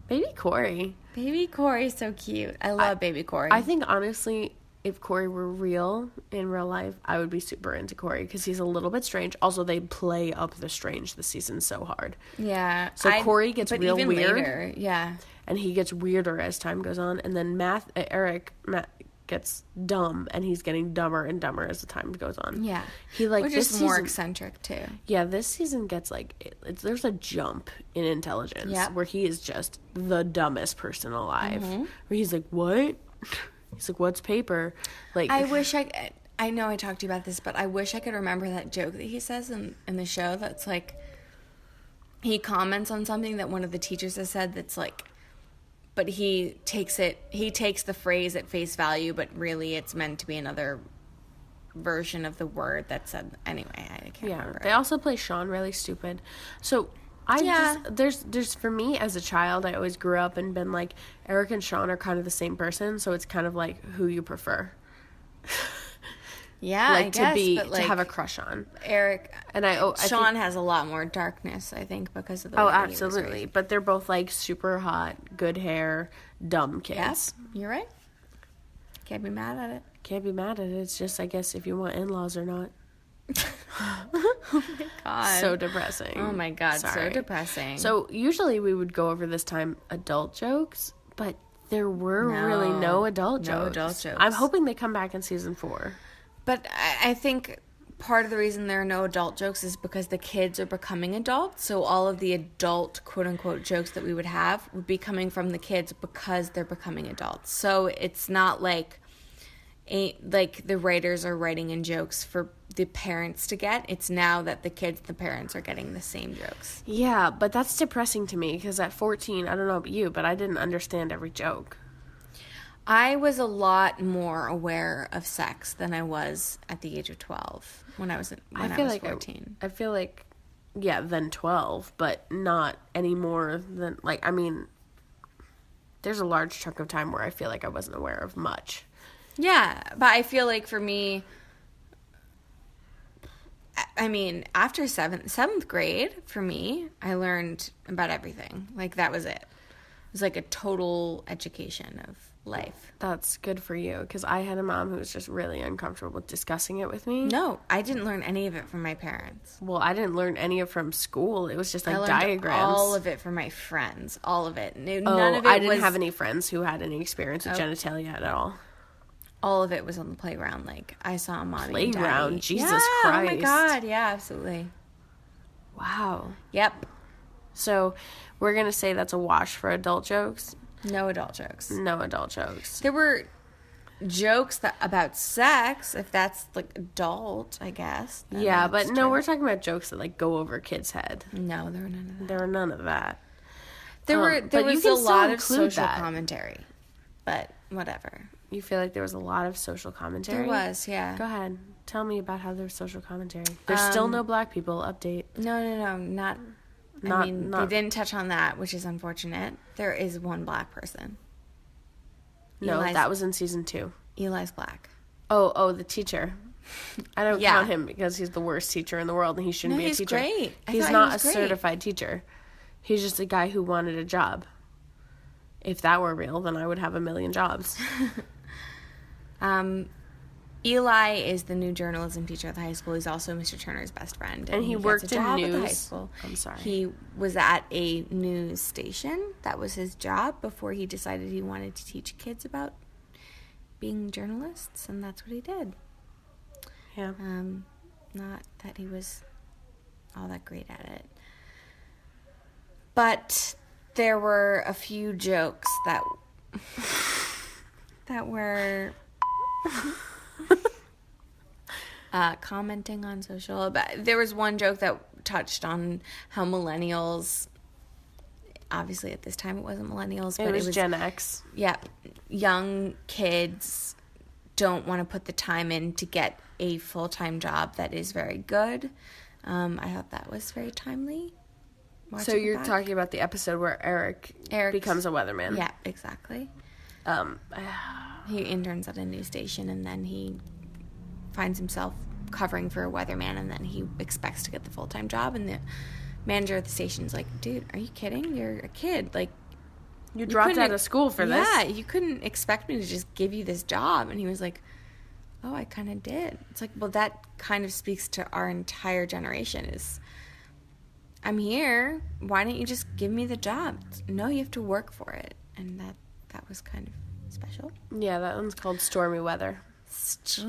Speaker 1: baby Corey.
Speaker 2: baby Corey's so cute. I love baby Corey.
Speaker 1: I think honestly, if Corey were real in real life, I would be super into Corey because he's a little bit strange. Also, they play up the strange this season so hard,
Speaker 2: yeah.
Speaker 1: So
Speaker 2: I-
Speaker 1: Corey gets
Speaker 2: but
Speaker 1: real
Speaker 2: even
Speaker 1: weird.
Speaker 2: Later, yeah.
Speaker 1: and he gets weirder as time goes on. And then Math uh, Eric Matt gets dumb, and he's getting dumber and dumber as the time goes on.
Speaker 2: Yeah.
Speaker 1: he like
Speaker 2: Which
Speaker 1: this
Speaker 2: is more
Speaker 1: season-
Speaker 2: eccentric too.
Speaker 1: Yeah, this season gets like it, it's, there's a jump in intelligence
Speaker 2: Yep.
Speaker 1: where he is just the dumbest person alive.
Speaker 2: Mm-hmm.
Speaker 1: Where he's like, "What?" He's like, "What's paper?" Like,
Speaker 2: I wish I I know I talked to you about this, but I wish I could remember that joke that he says in, in the show that's like he comments on something that one of the teachers has said that's like but he takes it he takes the phrase at face value, but really it's meant to be another version of the word that said anyway, I can't
Speaker 1: yeah.
Speaker 2: remember.
Speaker 1: They also play Sean really stupid. So I
Speaker 2: Yeah.
Speaker 1: just there's there's for me as a child, I always grew up and been like Eric and Sean are kind of the same person, so it's kind of like who you prefer,
Speaker 2: yeah,
Speaker 1: like
Speaker 2: I
Speaker 1: to
Speaker 2: guess,
Speaker 1: be
Speaker 2: but like
Speaker 1: to have a crush on.
Speaker 2: Eric
Speaker 1: And I oh I think-
Speaker 2: Sean has a lot more darkness, I think, because of the
Speaker 1: oh
Speaker 2: way that he was
Speaker 1: absolutely, but they're both like super hot, good hair, dumb kids.
Speaker 2: raised. Yep, you're right. Can't be mad at it.
Speaker 1: Can't be mad at it. It's just, I guess, if you want in laws or not.
Speaker 2: God.
Speaker 1: so depressing.
Speaker 2: Oh my god, so
Speaker 1: Sorry.
Speaker 2: depressing.
Speaker 1: So, usually we would go over this time adult jokes, but there were really no adult
Speaker 2: No
Speaker 1: jokes.
Speaker 2: adult jokes.
Speaker 1: I'm hoping they come back in season four.
Speaker 2: but I, I think part of the reason there are no adult jokes is because the kids are becoming adults. So all of the adult quote unquote jokes that we would have would be coming from the kids because they're becoming adults. So it's not like a, like the writers are writing in jokes for the parents to get. It's now that the kids, the parents are getting the same jokes.
Speaker 1: Yeah, but that's depressing to me because at 14, I don't know about you, but I didn't understand every joke.
Speaker 2: I was a lot more aware of sex than I was at the age of 12 when I was when I, was 14.
Speaker 1: I, I feel like, yeah, then 12, but not any more than, like, I mean, there's a large chunk of time where I feel like I wasn't aware of much.
Speaker 2: Yeah, but I feel like for me, I- I mean, after seventh seventh grade, for me, I learned about everything. Like that was it. It was like a total education of life.
Speaker 1: That's good for you because I had a mom who was just really uncomfortable with discussing it with me.
Speaker 2: No, I didn't learn any of it from my parents.
Speaker 1: Well, I didn't learn any of from school. It was just
Speaker 2: I
Speaker 1: like
Speaker 2: learned
Speaker 1: diagrams.
Speaker 2: all of it from my friends. All of it. No,
Speaker 1: oh,
Speaker 2: none of it
Speaker 1: I didn't
Speaker 2: was, Oh.
Speaker 1: have any friends who had any experience with genitalia at all.
Speaker 2: all of it was on the playground. Like I saw mommy and
Speaker 1: Playground?
Speaker 2: daddy.
Speaker 1: Jesus
Speaker 2: yeah, Oh my
Speaker 1: Christ.
Speaker 2: god! Yeah, absolutely.
Speaker 1: Wow.
Speaker 2: Yep.
Speaker 1: So we're gonna say that's a wash for adult jokes.
Speaker 2: No adult jokes.
Speaker 1: No adult jokes.
Speaker 2: There were jokes that about sex, if that's like adult, I guess. then
Speaker 1: yeah,
Speaker 2: that's
Speaker 1: but no,
Speaker 2: true.
Speaker 1: we're talking about jokes that like go over kids' head.
Speaker 2: no, there were none of that.
Speaker 1: There were none of that.
Speaker 2: There
Speaker 1: Um,
Speaker 2: were
Speaker 1: but
Speaker 2: there
Speaker 1: you
Speaker 2: was
Speaker 1: can
Speaker 2: a
Speaker 1: still
Speaker 2: lot of
Speaker 1: include
Speaker 2: social
Speaker 1: that.
Speaker 2: commentary, but whatever.
Speaker 1: You feel like there was a lot of social commentary.
Speaker 2: There was, yeah.
Speaker 1: Go ahead. Tell me about how there's social commentary. There's still no black people. Update.
Speaker 2: No, no, no, not. Um, I
Speaker 1: Not-
Speaker 2: mean,
Speaker 1: not-
Speaker 2: they didn't touch on that, which is unfortunate. There is one black person.
Speaker 1: No,
Speaker 2: Eli's-
Speaker 1: that was in season two.
Speaker 2: Eli's black.
Speaker 1: Oh, oh, the teacher. I don't
Speaker 2: Yeah.
Speaker 1: count him because he's the worst teacher in the world, and he shouldn't
Speaker 2: No,
Speaker 1: be a
Speaker 2: he's
Speaker 1: teacher.
Speaker 2: great. I
Speaker 1: He's
Speaker 2: thought he
Speaker 1: not
Speaker 2: was
Speaker 1: a
Speaker 2: great.
Speaker 1: certified teacher. He's just a guy who wanted a job. If that were real, then I would have a million jobs.
Speaker 2: Um, Eli is the new journalism teacher at the high school. He's also Mr. Turner's best friend,
Speaker 1: And he
Speaker 2: gets a
Speaker 1: worked in
Speaker 2: job at the high
Speaker 1: news.
Speaker 2: school.
Speaker 1: I'm sorry.
Speaker 2: He was at a news station. That was his job before he decided he wanted to teach kids about being journalists, and that's what he did.
Speaker 1: Yeah.
Speaker 2: Um, not that he was all that great at it. But there were a few jokes that that were uh, commenting on social. But there was one joke that touched on how millennials. Obviously, at this time, it wasn't millennials, but
Speaker 1: It was Gen X.
Speaker 2: Yep. Young kids don't want to put the time in to get a full time job that is very good. Um, I thought that was very timely.
Speaker 1: So
Speaker 2: Watching
Speaker 1: you're
Speaker 2: that.
Speaker 1: talking about the episode where Eric
Speaker 2: Eric's-
Speaker 1: becomes a weatherman.
Speaker 2: Yeah, exactly.
Speaker 1: Um,
Speaker 2: He interns at a news station and then he finds himself covering for a weatherman and then he expects to get the full time job and the manager at the station's like, dude, are you kidding? You're a kid. Like
Speaker 1: you dropped
Speaker 2: couldn't-
Speaker 1: out of school for this.
Speaker 2: Yeah, you couldn't expect me to just give you this job. And he was like, Oh, I kind of did. It's like, well, that kind of speaks to our entire generation is I'm here. Why don't you just give me the job? It's, No, you have to work for it. And that that was kind of special.
Speaker 1: Yeah, that one's called Stormy Weather.
Speaker 2: It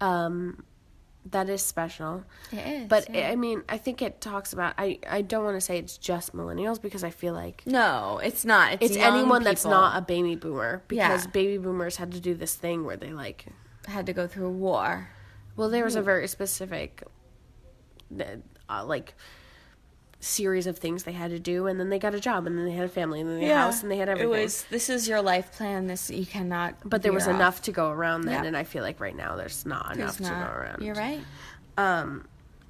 Speaker 1: Um, that is special.
Speaker 2: is.
Speaker 1: But
Speaker 2: yeah.
Speaker 1: I mean, I think it talks about. I I don't want to say it's just millennials because I feel like
Speaker 2: no, it's not. It's,
Speaker 1: it's
Speaker 2: young
Speaker 1: anyone that's
Speaker 2: people
Speaker 1: not a baby boomer because
Speaker 2: Yeah.
Speaker 1: baby boomers had to do this thing where they like. Hmm.
Speaker 2: had to go through a war.
Speaker 1: Well, there was a very specific, uh, like, series of things they had to do, and then they got a job, and then they had a family, and then they had a house, and they had everything.
Speaker 2: It was this is your life plan. This you cannot.
Speaker 1: but there was
Speaker 2: veer off.
Speaker 1: enough to go around then,
Speaker 2: Yeah.
Speaker 1: and I feel like right now there's not
Speaker 2: There's
Speaker 1: enough to go around.
Speaker 2: You're right.
Speaker 1: Um,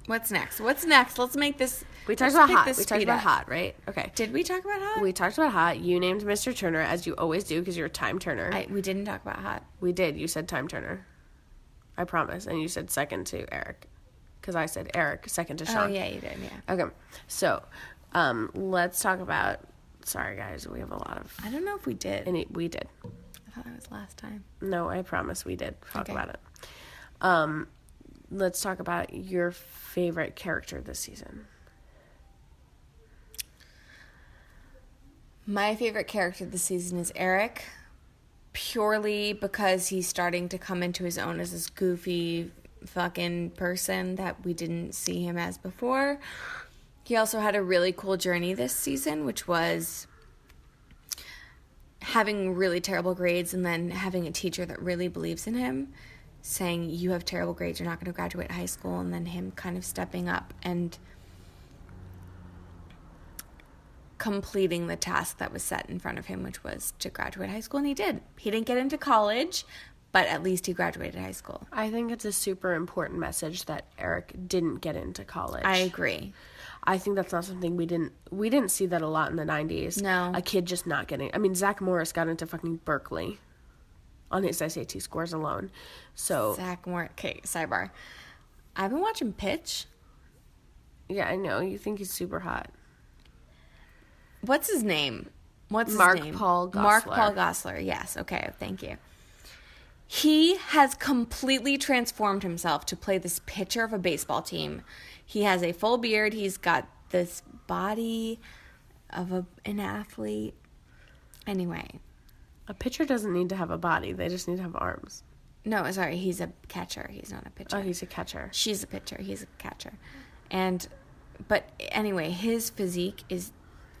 Speaker 2: What's next? What's next? Let's make this.
Speaker 1: we talked
Speaker 2: let's
Speaker 1: about
Speaker 2: pick
Speaker 1: hot.
Speaker 2: this
Speaker 1: We talked
Speaker 2: speed
Speaker 1: about
Speaker 2: up.
Speaker 1: hot, right? Okay.
Speaker 2: Did we talk about hot?
Speaker 1: We talked about hot. You named Mr. Turner as you always do because you're a time turner.
Speaker 2: I, we didn't talk about hot.
Speaker 1: we did. You said time turner. I promise. And you said second to Eric because I said Eric second to Sean.
Speaker 2: Oh yeah, you did. Yeah.
Speaker 1: Okay. So, um, let's talk about. Sorry guys, we have a lot of.
Speaker 2: I don't know if we did.
Speaker 1: And it, we did.
Speaker 2: I thought that was last time.
Speaker 1: No, I promise we did talk
Speaker 2: Okay.
Speaker 1: about it. Um, let's talk about your favorite character this season.
Speaker 2: My favorite character this season is Eric, purely because he's starting to come into his own as this goofy fucking person that we didn't see him as before. He also had a really cool journey this season, which was having really terrible grades and then having a teacher that really believes in him saying you have terrible grades you're not going to graduate high school and then him kind of stepping up and completing the task that was set in front of him, which was to graduate high school, and he did. He didn't get into college, but at least he graduated high school.
Speaker 1: I think it's a super important message that Eric didn't get into college.
Speaker 2: I agree.
Speaker 1: I think that's not something we didn't we didn't see that a lot in the nineties.
Speaker 2: No.
Speaker 1: a kid just not getting. I mean, Zach Morris got into fucking Berkeley on his SAT scores alone. So
Speaker 2: Zach Morris. Okay, sidebar. I've been watching Pitch.
Speaker 1: yeah, I know you think he's super hot.
Speaker 2: What's his name? What's
Speaker 1: Mark
Speaker 2: his name?
Speaker 1: Paul
Speaker 2: Mark
Speaker 1: Gosselaar.
Speaker 2: Paul Gossler. Yes. Okay. Thank you. He has completely transformed himself to play this pitcher of a baseball team. He has a full beard. He's got this body of a, an athlete. Anyway,
Speaker 1: A pitcher doesn't need to have a body; they just need to have arms.
Speaker 2: no, sorry. He's a catcher. He's not a pitcher.
Speaker 1: Oh, he's a catcher.
Speaker 2: She's a pitcher. He's a catcher. And, but anyway, his physique is,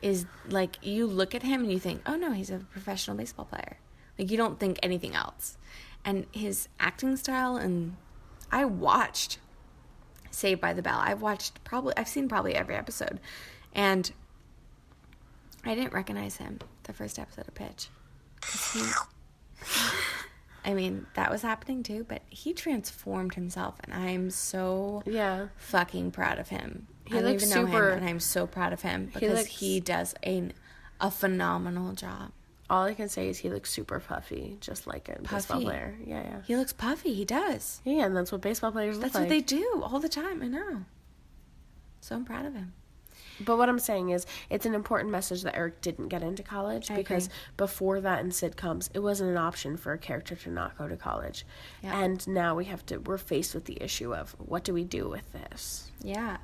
Speaker 2: is like you look at him and you think, oh no, he's a professional baseball player. Like you don't think anything else. And his acting style and I watched Saved by the Bell. I've watched probably, I've seen probably every episode. And I didn't recognize him the first episode of Pitch. 'Cause he- I mean, that was happening too, but he transformed himself, and I'm so
Speaker 1: Yeah,
Speaker 2: fucking proud of him.
Speaker 1: He
Speaker 2: I don't
Speaker 1: looks
Speaker 2: even know
Speaker 1: super-
Speaker 2: him, and I'm so proud of him because he,
Speaker 1: looks-
Speaker 2: does a, a phenomenal job.
Speaker 1: all I can say is he looks super puffy, just like a baseball
Speaker 2: Puffy?
Speaker 1: player. Yeah, yeah.
Speaker 2: He looks puffy. He does.
Speaker 1: Yeah, and that's what baseball players look
Speaker 2: That's
Speaker 1: like.
Speaker 2: what they do all the time. I know. So I'm proud of him.
Speaker 1: But what I'm saying is, it's an important message that Eric didn't get into college
Speaker 2: I
Speaker 1: because
Speaker 2: agree.
Speaker 1: before that in sitcoms, it wasn't an option for a character to not go to college.
Speaker 2: Yeah.
Speaker 1: And now we have to, we're faced with the issue of what do we do with this?
Speaker 2: Yeah.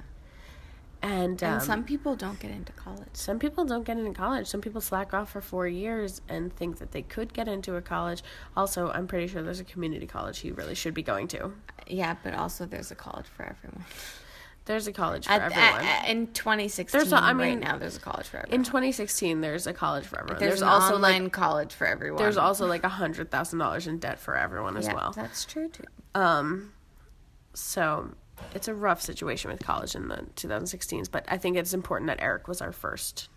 Speaker 1: And, um,
Speaker 2: and some
Speaker 1: some,
Speaker 2: people don't get into college.
Speaker 1: some people don't get into college. Some people slack off for four years and think that they could get into a college. Also, I'm pretty sure there's a community college he really should be going to.
Speaker 2: Yeah, but also there's a college for everyone.
Speaker 1: There's a college for
Speaker 2: At-
Speaker 1: everyone.
Speaker 2: at- in 2016,
Speaker 1: There's a- I
Speaker 2: right
Speaker 1: mean,
Speaker 2: now there's a college for everyone.
Speaker 1: in 2016, there's a college for everyone.
Speaker 2: there's
Speaker 1: There's,
Speaker 2: an
Speaker 1: also
Speaker 2: online
Speaker 1: like
Speaker 2: college for everyone.
Speaker 1: there's also like a hundred thousand dollars in debt for everyone as
Speaker 2: yeah,
Speaker 1: well. Um,
Speaker 2: That's true too.
Speaker 1: So it's a rough situation with college in the 2016s, but I think it's important that Eric was our first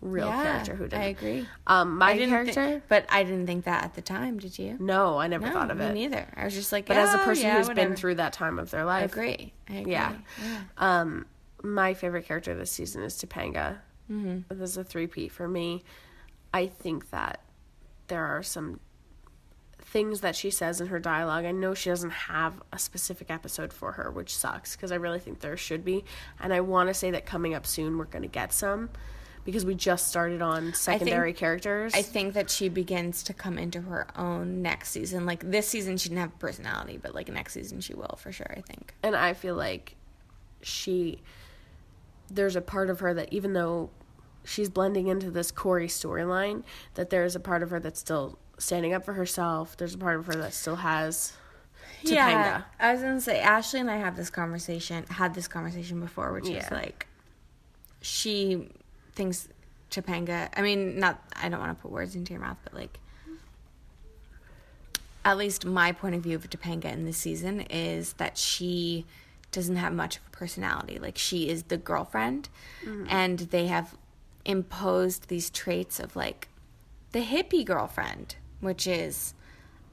Speaker 1: real
Speaker 2: Yeah,
Speaker 1: character who didn't.
Speaker 2: I agree.
Speaker 1: Um,
Speaker 2: I
Speaker 1: my
Speaker 2: didn't thi-
Speaker 1: character?
Speaker 2: but I didn't think that at the time. Did you?
Speaker 1: no, I never
Speaker 2: no,
Speaker 1: thought of
Speaker 2: me
Speaker 1: it.
Speaker 2: neither. I was just like,
Speaker 1: But as a
Speaker 2: "Oh,
Speaker 1: person
Speaker 2: yeah,
Speaker 1: who's
Speaker 2: whatever."
Speaker 1: been through that time of their
Speaker 2: I
Speaker 1: life,
Speaker 2: agree. I agree.
Speaker 1: Yeah.
Speaker 2: Yeah.
Speaker 1: Um, my favorite character this season is Topanga. Mm-hmm. This is a three-peat for me. I think that there are some things that she says in her dialogue. I know she doesn't have a specific episode for her, which sucks because I really think there should be. And I want to say that coming up soon, we're going to get some because we just started on secondary characters.
Speaker 2: I think that she begins to come into her own next season. Like this season, she didn't have personality, but like next season, she will for sure. I think.
Speaker 1: and I feel like she there's a part of her that even though she's blending into this Corey storyline, that there is a part of her that's still standing up for herself. There's a part of her that still has Topanga.
Speaker 2: Yeah, I was gonna say Ashley and I have this conversation had this conversation before, which
Speaker 1: Yeah.
Speaker 2: is like she thinks Topanga. I mean, not I don't want to put words into your mouth, but like at least my point of view of Topanga in this season is that she doesn't have much of a personality. Like she is the girlfriend, and they have imposed these traits of like the hippie girlfriend, which is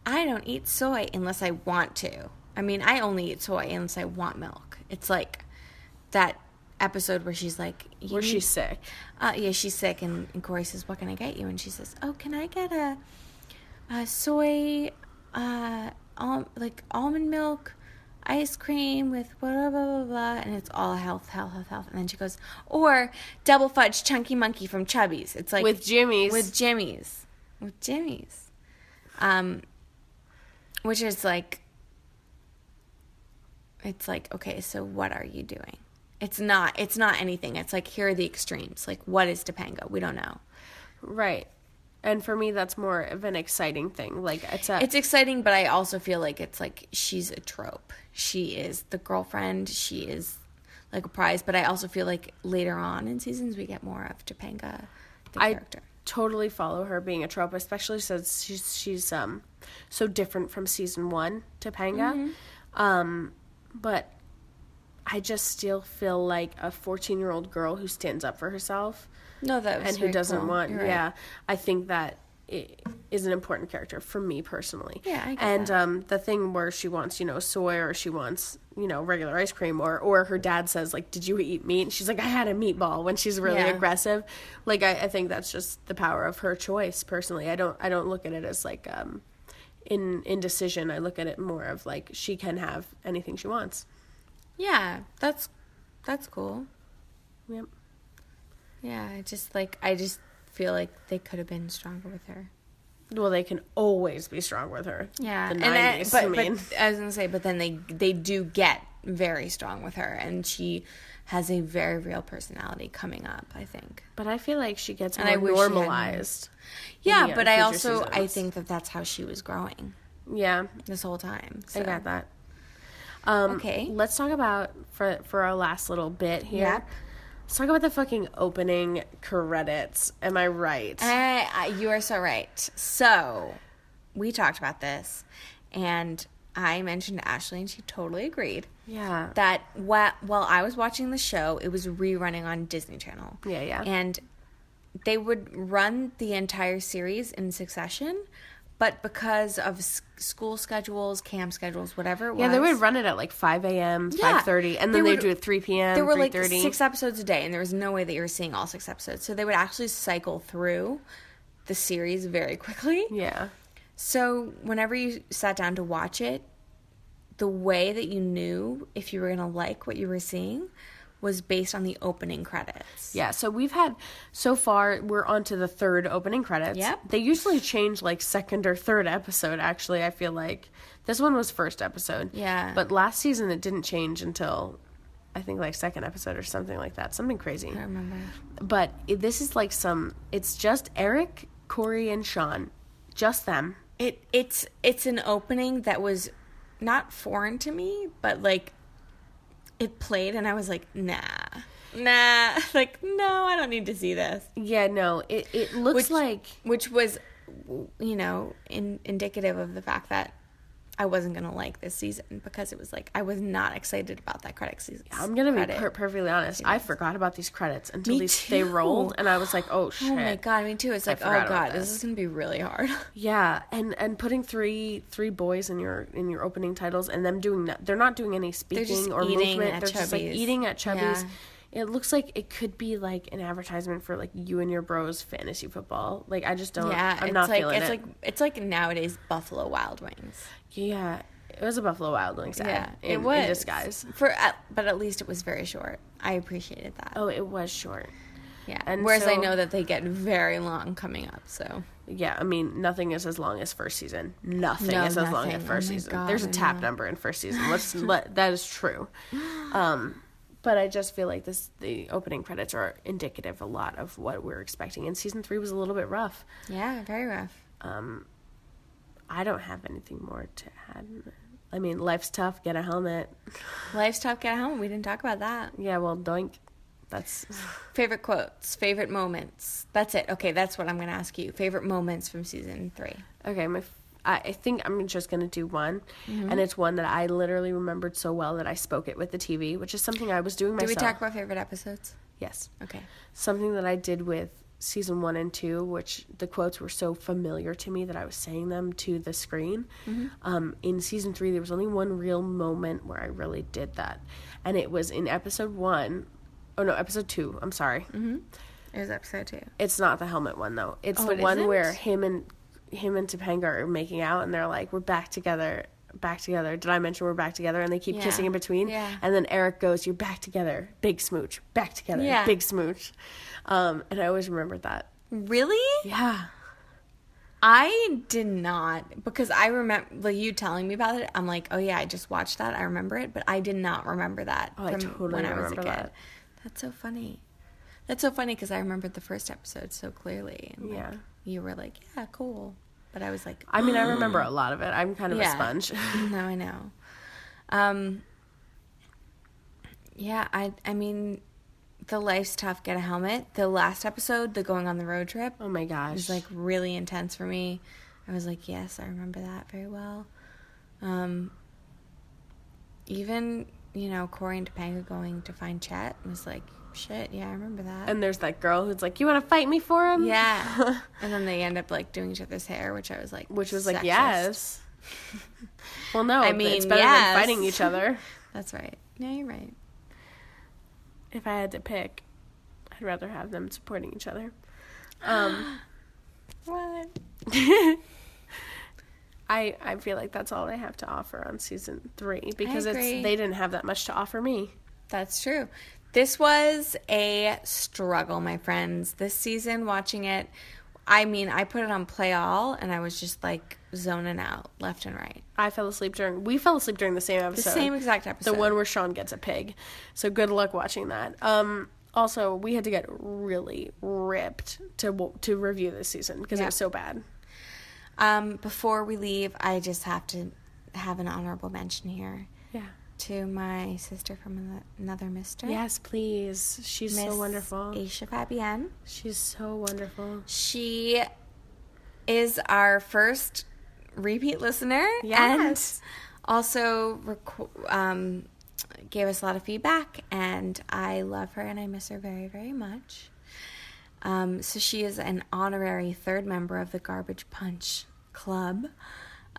Speaker 2: I don't eat soy unless I want to. I mean, I only eat soy unless I want milk. It's like that episode where she's like, you
Speaker 1: Where
Speaker 2: need-
Speaker 1: she's sick.
Speaker 2: uh, yeah, she's sick, and, and Corey says, "What can I get you?" And she says, "Oh, can I get a, a soy, uh, al- like almond milk, ice cream with blah blah blah blah,", blah and it's all health, health, health, health. And then she goes, "Or double fudge chunky monkey from Chubby's." It's like
Speaker 1: With Jimmy's
Speaker 2: with Jimmy's, with Jimmy's, um, which is like, it's like okay, so what are you doing? It's not, it's not anything. It's like here are the extremes. Like what is Topanga? We don't know.
Speaker 1: Right. And for me that's more of an exciting thing. Like it's a
Speaker 2: It's exciting, but I also feel like it's like she's a trope. She is the girlfriend. She is like a prize. But I also feel like later on in seasons we get more of Topanga, the
Speaker 1: I
Speaker 2: character.
Speaker 1: totally follow her being a trope, especially since she's she's um so different from season one to Panga. Um, but I just still feel like a fourteen year old girl who stands up for herself
Speaker 2: No, that was
Speaker 1: and who
Speaker 2: very
Speaker 1: doesn't
Speaker 2: cool.
Speaker 1: want
Speaker 2: You're right.
Speaker 1: yeah. I think that it is an important character for me personally.
Speaker 2: Yeah, I get
Speaker 1: and
Speaker 2: that.
Speaker 1: um the thing where she wants, you know, soy or she wants, you know, regular ice cream or or her dad says like, "Did you eat meat?" And she's like, "I had a meatball." When she's really
Speaker 2: Yeah.
Speaker 1: aggressive, like I, I think that's just the power of her choice. Personally, I don't I don't look at it as like um in indecision, I look at it more of like she can have anything she wants.
Speaker 2: Yeah, that's that's cool.
Speaker 1: Yep.
Speaker 2: Yeah, I just like I just feel like they could have been stronger with her.
Speaker 1: Well, they can always be strong with her.
Speaker 2: Yeah, and
Speaker 1: The
Speaker 2: I,
Speaker 1: 90s,
Speaker 2: but,
Speaker 1: I mean.
Speaker 2: but I was gonna say, but then they they do get very strong with her, and she has a very real personality coming up. I think.
Speaker 1: But I feel like she gets
Speaker 2: And
Speaker 1: more
Speaker 2: I wish she had more.
Speaker 1: normalized.
Speaker 2: Yeah,
Speaker 1: Yeah,
Speaker 2: but I
Speaker 1: future
Speaker 2: also I
Speaker 1: seasons.
Speaker 2: think that that's how she was growing
Speaker 1: Yeah,
Speaker 2: this whole time.
Speaker 1: I
Speaker 2: So.
Speaker 1: got that. Um,
Speaker 2: Okay.
Speaker 1: Let's talk about for for our last little bit here.
Speaker 2: Yep.
Speaker 1: Let's talk about the fucking opening credits. Am I right?
Speaker 2: I, I, you are so right. So, we talked about this, and I mentioned to Ashley, and she totally agreed
Speaker 1: yeah.
Speaker 2: that wha- while I was watching the show, it was rerunning on Disney Channel.
Speaker 1: Yeah, yeah.
Speaker 2: And they would run the entire series in succession, but because of s- school schedules, camp schedules, whatever it was,
Speaker 1: yeah, they would run it at like five a.m.,
Speaker 2: Yeah.
Speaker 1: five thirty, and then
Speaker 2: They
Speaker 1: they
Speaker 2: would-
Speaker 1: would do it three p.m.
Speaker 2: there were like
Speaker 1: 3:30.
Speaker 2: six episodes a day, and there was no way that you were seeing all six episodes. So they would actually cycle through the series very quickly.
Speaker 1: Yeah,
Speaker 2: So, whenever you sat down to watch it, the way that you knew if you were going to like what you were seeing was based on the opening credits.
Speaker 1: yeah. So we've had so far we're on to the third opening credits.
Speaker 2: Yep.
Speaker 1: They usually change like second or third episode. Actually, I feel like this one was first episode.
Speaker 2: Yeah.
Speaker 1: But last season it didn't change until I think like second episode or something like that. Something crazy.
Speaker 2: I remember.
Speaker 1: but it, this is like some it's just eric corey and sean just them
Speaker 2: It it's it's an opening that was not foreign to me, but like it played and I was like, "Nah. Nah, like no, I don't need to see this."
Speaker 1: yeah no it, it looks
Speaker 2: Which-
Speaker 1: like
Speaker 2: Which was you know, in, indicative of the fact that I wasn't going to like this season because it was like I was not excited about that credit season.
Speaker 1: i'm gonna be
Speaker 2: credit.
Speaker 1: per- perfectly honest i forgot about these credits until
Speaker 2: Me
Speaker 1: these, they
Speaker 2: too.
Speaker 1: rolled and i was like oh shit
Speaker 2: Oh my god, me too. It's like, oh
Speaker 1: forgot about
Speaker 2: god, this.
Speaker 1: this.
Speaker 2: is gonna be really hard.
Speaker 1: yeah and and putting three three boys in your in your opening titles and them doing that they're not doing any speaking
Speaker 2: just
Speaker 1: or
Speaker 2: eating
Speaker 1: movement
Speaker 2: at
Speaker 1: they're just like
Speaker 2: Chubby's.
Speaker 1: eating at chubby's
Speaker 2: Yeah.
Speaker 1: It looks like it could be like an advertisement for like you and your bros fantasy football. Like I just don't.
Speaker 2: yeah,
Speaker 1: I'm
Speaker 2: it's
Speaker 1: not
Speaker 2: like
Speaker 1: feeling
Speaker 2: it's
Speaker 1: it.
Speaker 2: like it's like nowadays Buffalo Wild Wings.
Speaker 1: Yeah, it was a Buffalo Wild Wings ad. in,
Speaker 2: it was
Speaker 1: in disguise.
Speaker 2: for, uh, but at least it was very short. I appreciated that.
Speaker 1: Oh, it was short.
Speaker 2: yeah,
Speaker 1: and
Speaker 2: whereas I
Speaker 1: so-
Speaker 2: know that they get very long coming up. So
Speaker 1: Yeah, I mean, nothing is as long as first season. Nothing
Speaker 2: No,
Speaker 1: is as long as
Speaker 2: nothing.
Speaker 1: first
Speaker 2: Oh my
Speaker 1: season.
Speaker 2: God,
Speaker 1: There's a
Speaker 2: I
Speaker 1: tap
Speaker 2: know.
Speaker 1: number in first season. Let's let that is true. Um, but I just feel like this the opening credits are indicative a lot of what we're expecting. And season three was a little bit rough.
Speaker 2: yeah, very rough.
Speaker 1: I don't have anything more to add. I mean, life's tough. Get a helmet.
Speaker 2: Life's tough. Get home. We didn't talk about that.
Speaker 1: Yeah, well, doink. That's
Speaker 2: Favorite quotes. Favorite moments. That's it. Okay, that's what I'm gonna ask you. Favorite moments from season three.
Speaker 1: Okay, my f- I, I think I'm just gonna do one,
Speaker 2: Mm-hmm.
Speaker 1: and it's one that I literally remembered so well that I spoke it with the TV, which is something I was doing
Speaker 2: Did
Speaker 1: myself.
Speaker 2: we talk about favorite episodes?
Speaker 1: yes,
Speaker 2: Okay.
Speaker 1: something that I did with season one and two, which the quotes were so familiar to me that I was saying them to the screen. Um, in season three, there was only one real moment where I really did that, and it was in episode one. Oh no, episode two. I'm sorry.
Speaker 2: It was episode two.
Speaker 1: It's not the helmet one though. It's
Speaker 2: Oh,
Speaker 1: the
Speaker 2: it
Speaker 1: one
Speaker 2: isn't?
Speaker 1: where him and him and Topanga are making out, and they're like, "We're back together, back together." Did I mention we're back together? And they keep
Speaker 2: Yeah.
Speaker 1: kissing in between.
Speaker 2: Yeah.
Speaker 1: And then Eric goes, "You're back together, big smooch, back together,
Speaker 2: Yeah.
Speaker 1: big smooch." Um, and I always remembered that.
Speaker 2: Really?
Speaker 1: Yeah.
Speaker 2: I did not because I remember like you telling me about it. I'm like, oh yeah, I just watched that. I remember it, but I did not remember that
Speaker 1: Oh, I totally remember that.
Speaker 2: That's so funny. That's so funny because I remembered the first episode so clearly. and, like,
Speaker 1: Yeah.
Speaker 2: you were like, yeah, cool, but I was like,
Speaker 1: I mean, I remember a lot of it. I'm kind of
Speaker 2: Mm. Yeah.
Speaker 1: a sponge.
Speaker 2: no, I know. Um, yeah, I I mean, the life's tough. Get a helmet. The last episode, the going on the road trip.
Speaker 1: oh my gosh.
Speaker 2: was like really intense for me. I was like, yes, I remember that very well. Um, even you know Corey and Topanga going to find Chet was like, shit, yeah, I remember that.
Speaker 1: and there's that girl who's like, "You want to fight me for him?"
Speaker 2: yeah, and then they end up like doing each other's hair, which I was like,
Speaker 1: Which was like,
Speaker 2: sexist.
Speaker 1: "Yes." well, no.
Speaker 2: I
Speaker 1: I mean,
Speaker 2: mean,
Speaker 1: it's better
Speaker 2: yes.
Speaker 1: than fighting each other.
Speaker 2: that's right. No, you're right.
Speaker 1: if I had to pick, I'd rather have them supporting each other. Um,
Speaker 2: What?
Speaker 1: I, I feel like that's all I have to offer on season three because it's
Speaker 2: agree.
Speaker 1: they didn't have that much to offer me.
Speaker 2: That's true. This was a struggle, my friends. This season, watching it, I mean, I put it on play all and I was just like zoning out left and right.
Speaker 1: I fell asleep during we fell asleep during the same
Speaker 2: The
Speaker 1: episode.
Speaker 2: same exact
Speaker 1: the
Speaker 2: episode.
Speaker 1: one where Sean gets a pig. So good luck watching that. Um also we had to get really ripped to w- to review this season because
Speaker 2: Yeah.
Speaker 1: it was so bad.
Speaker 2: um, before we leave, I just have to have an honorable mention here
Speaker 1: Yeah.
Speaker 2: to my sister from ano- another mister.
Speaker 1: Yes, please. She's
Speaker 2: Miss
Speaker 1: so wonderful.
Speaker 2: Aisha Fabienne.
Speaker 1: She's so wonderful.
Speaker 2: She is our first repeat listener.
Speaker 1: Yes.
Speaker 2: And also reco- um, gave us a lot of feedback. And I love her and I miss her very, very much. Um, so she is an honorary third member of the Garbage Punch Club.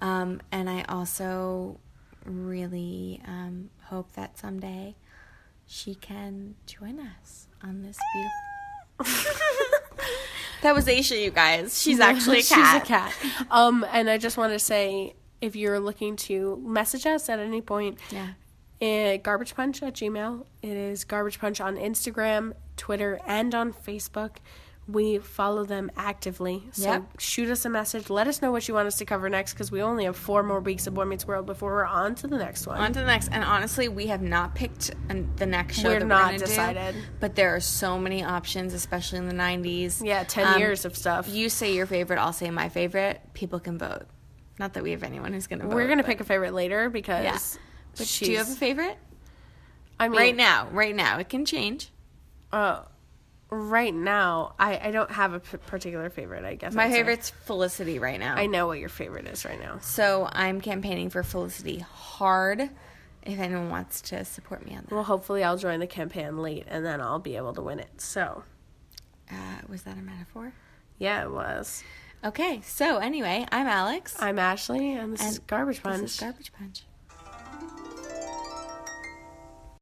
Speaker 2: Um, and I also really um, hope that someday she can join us on this beautiful. That was Aisha, you guys. She's actually a cat.
Speaker 1: She's a cat. Um, and I just want to say if you're looking to message us at any point,
Speaker 2: Yeah.
Speaker 1: it, garbage punch at gmail. It is garbage punch on Instagram, Twitter, and on Facebook. We follow them actively. So
Speaker 2: Yep.
Speaker 1: shoot us a message. Let us know what you want us to cover next because we only have four more weeks of Boy Meets World before we're on to the next one.
Speaker 2: On to the next. And honestly, we have not picked an, the next show.
Speaker 1: We're
Speaker 2: that
Speaker 1: not
Speaker 2: gonna do,
Speaker 1: decided.
Speaker 2: but there are so many options, especially in the 90s.
Speaker 1: yeah, 10
Speaker 2: Um,
Speaker 1: years of stuff.
Speaker 2: You say your favorite, I'll say my favorite. People can vote. Not that we have anyone who's going to vote.
Speaker 1: we're going to
Speaker 2: but-
Speaker 1: pick a favorite later because.
Speaker 2: Yeah. But
Speaker 1: she's,
Speaker 2: do you have a favorite?
Speaker 1: I mean,
Speaker 2: Right now. Right now. It can change.
Speaker 1: Uh, right now, I, I don't have a p- particular favorite, I guess.
Speaker 2: My
Speaker 1: I'd say.
Speaker 2: favorite's Felicity right now.
Speaker 1: I know what your favorite is right now.
Speaker 2: so I'm campaigning for Felicity hard if anyone wants to support me on that.
Speaker 1: Well, hopefully, I'll join the campaign late and then I'll be able to win it. So,
Speaker 2: Uh, was that a metaphor?
Speaker 1: yeah, it was.
Speaker 2: Okay, so anyway, I'm Alex.
Speaker 1: I'm Ashley, and this is
Speaker 2: And
Speaker 1: Garbage Punch.
Speaker 2: This is Garbage Punch.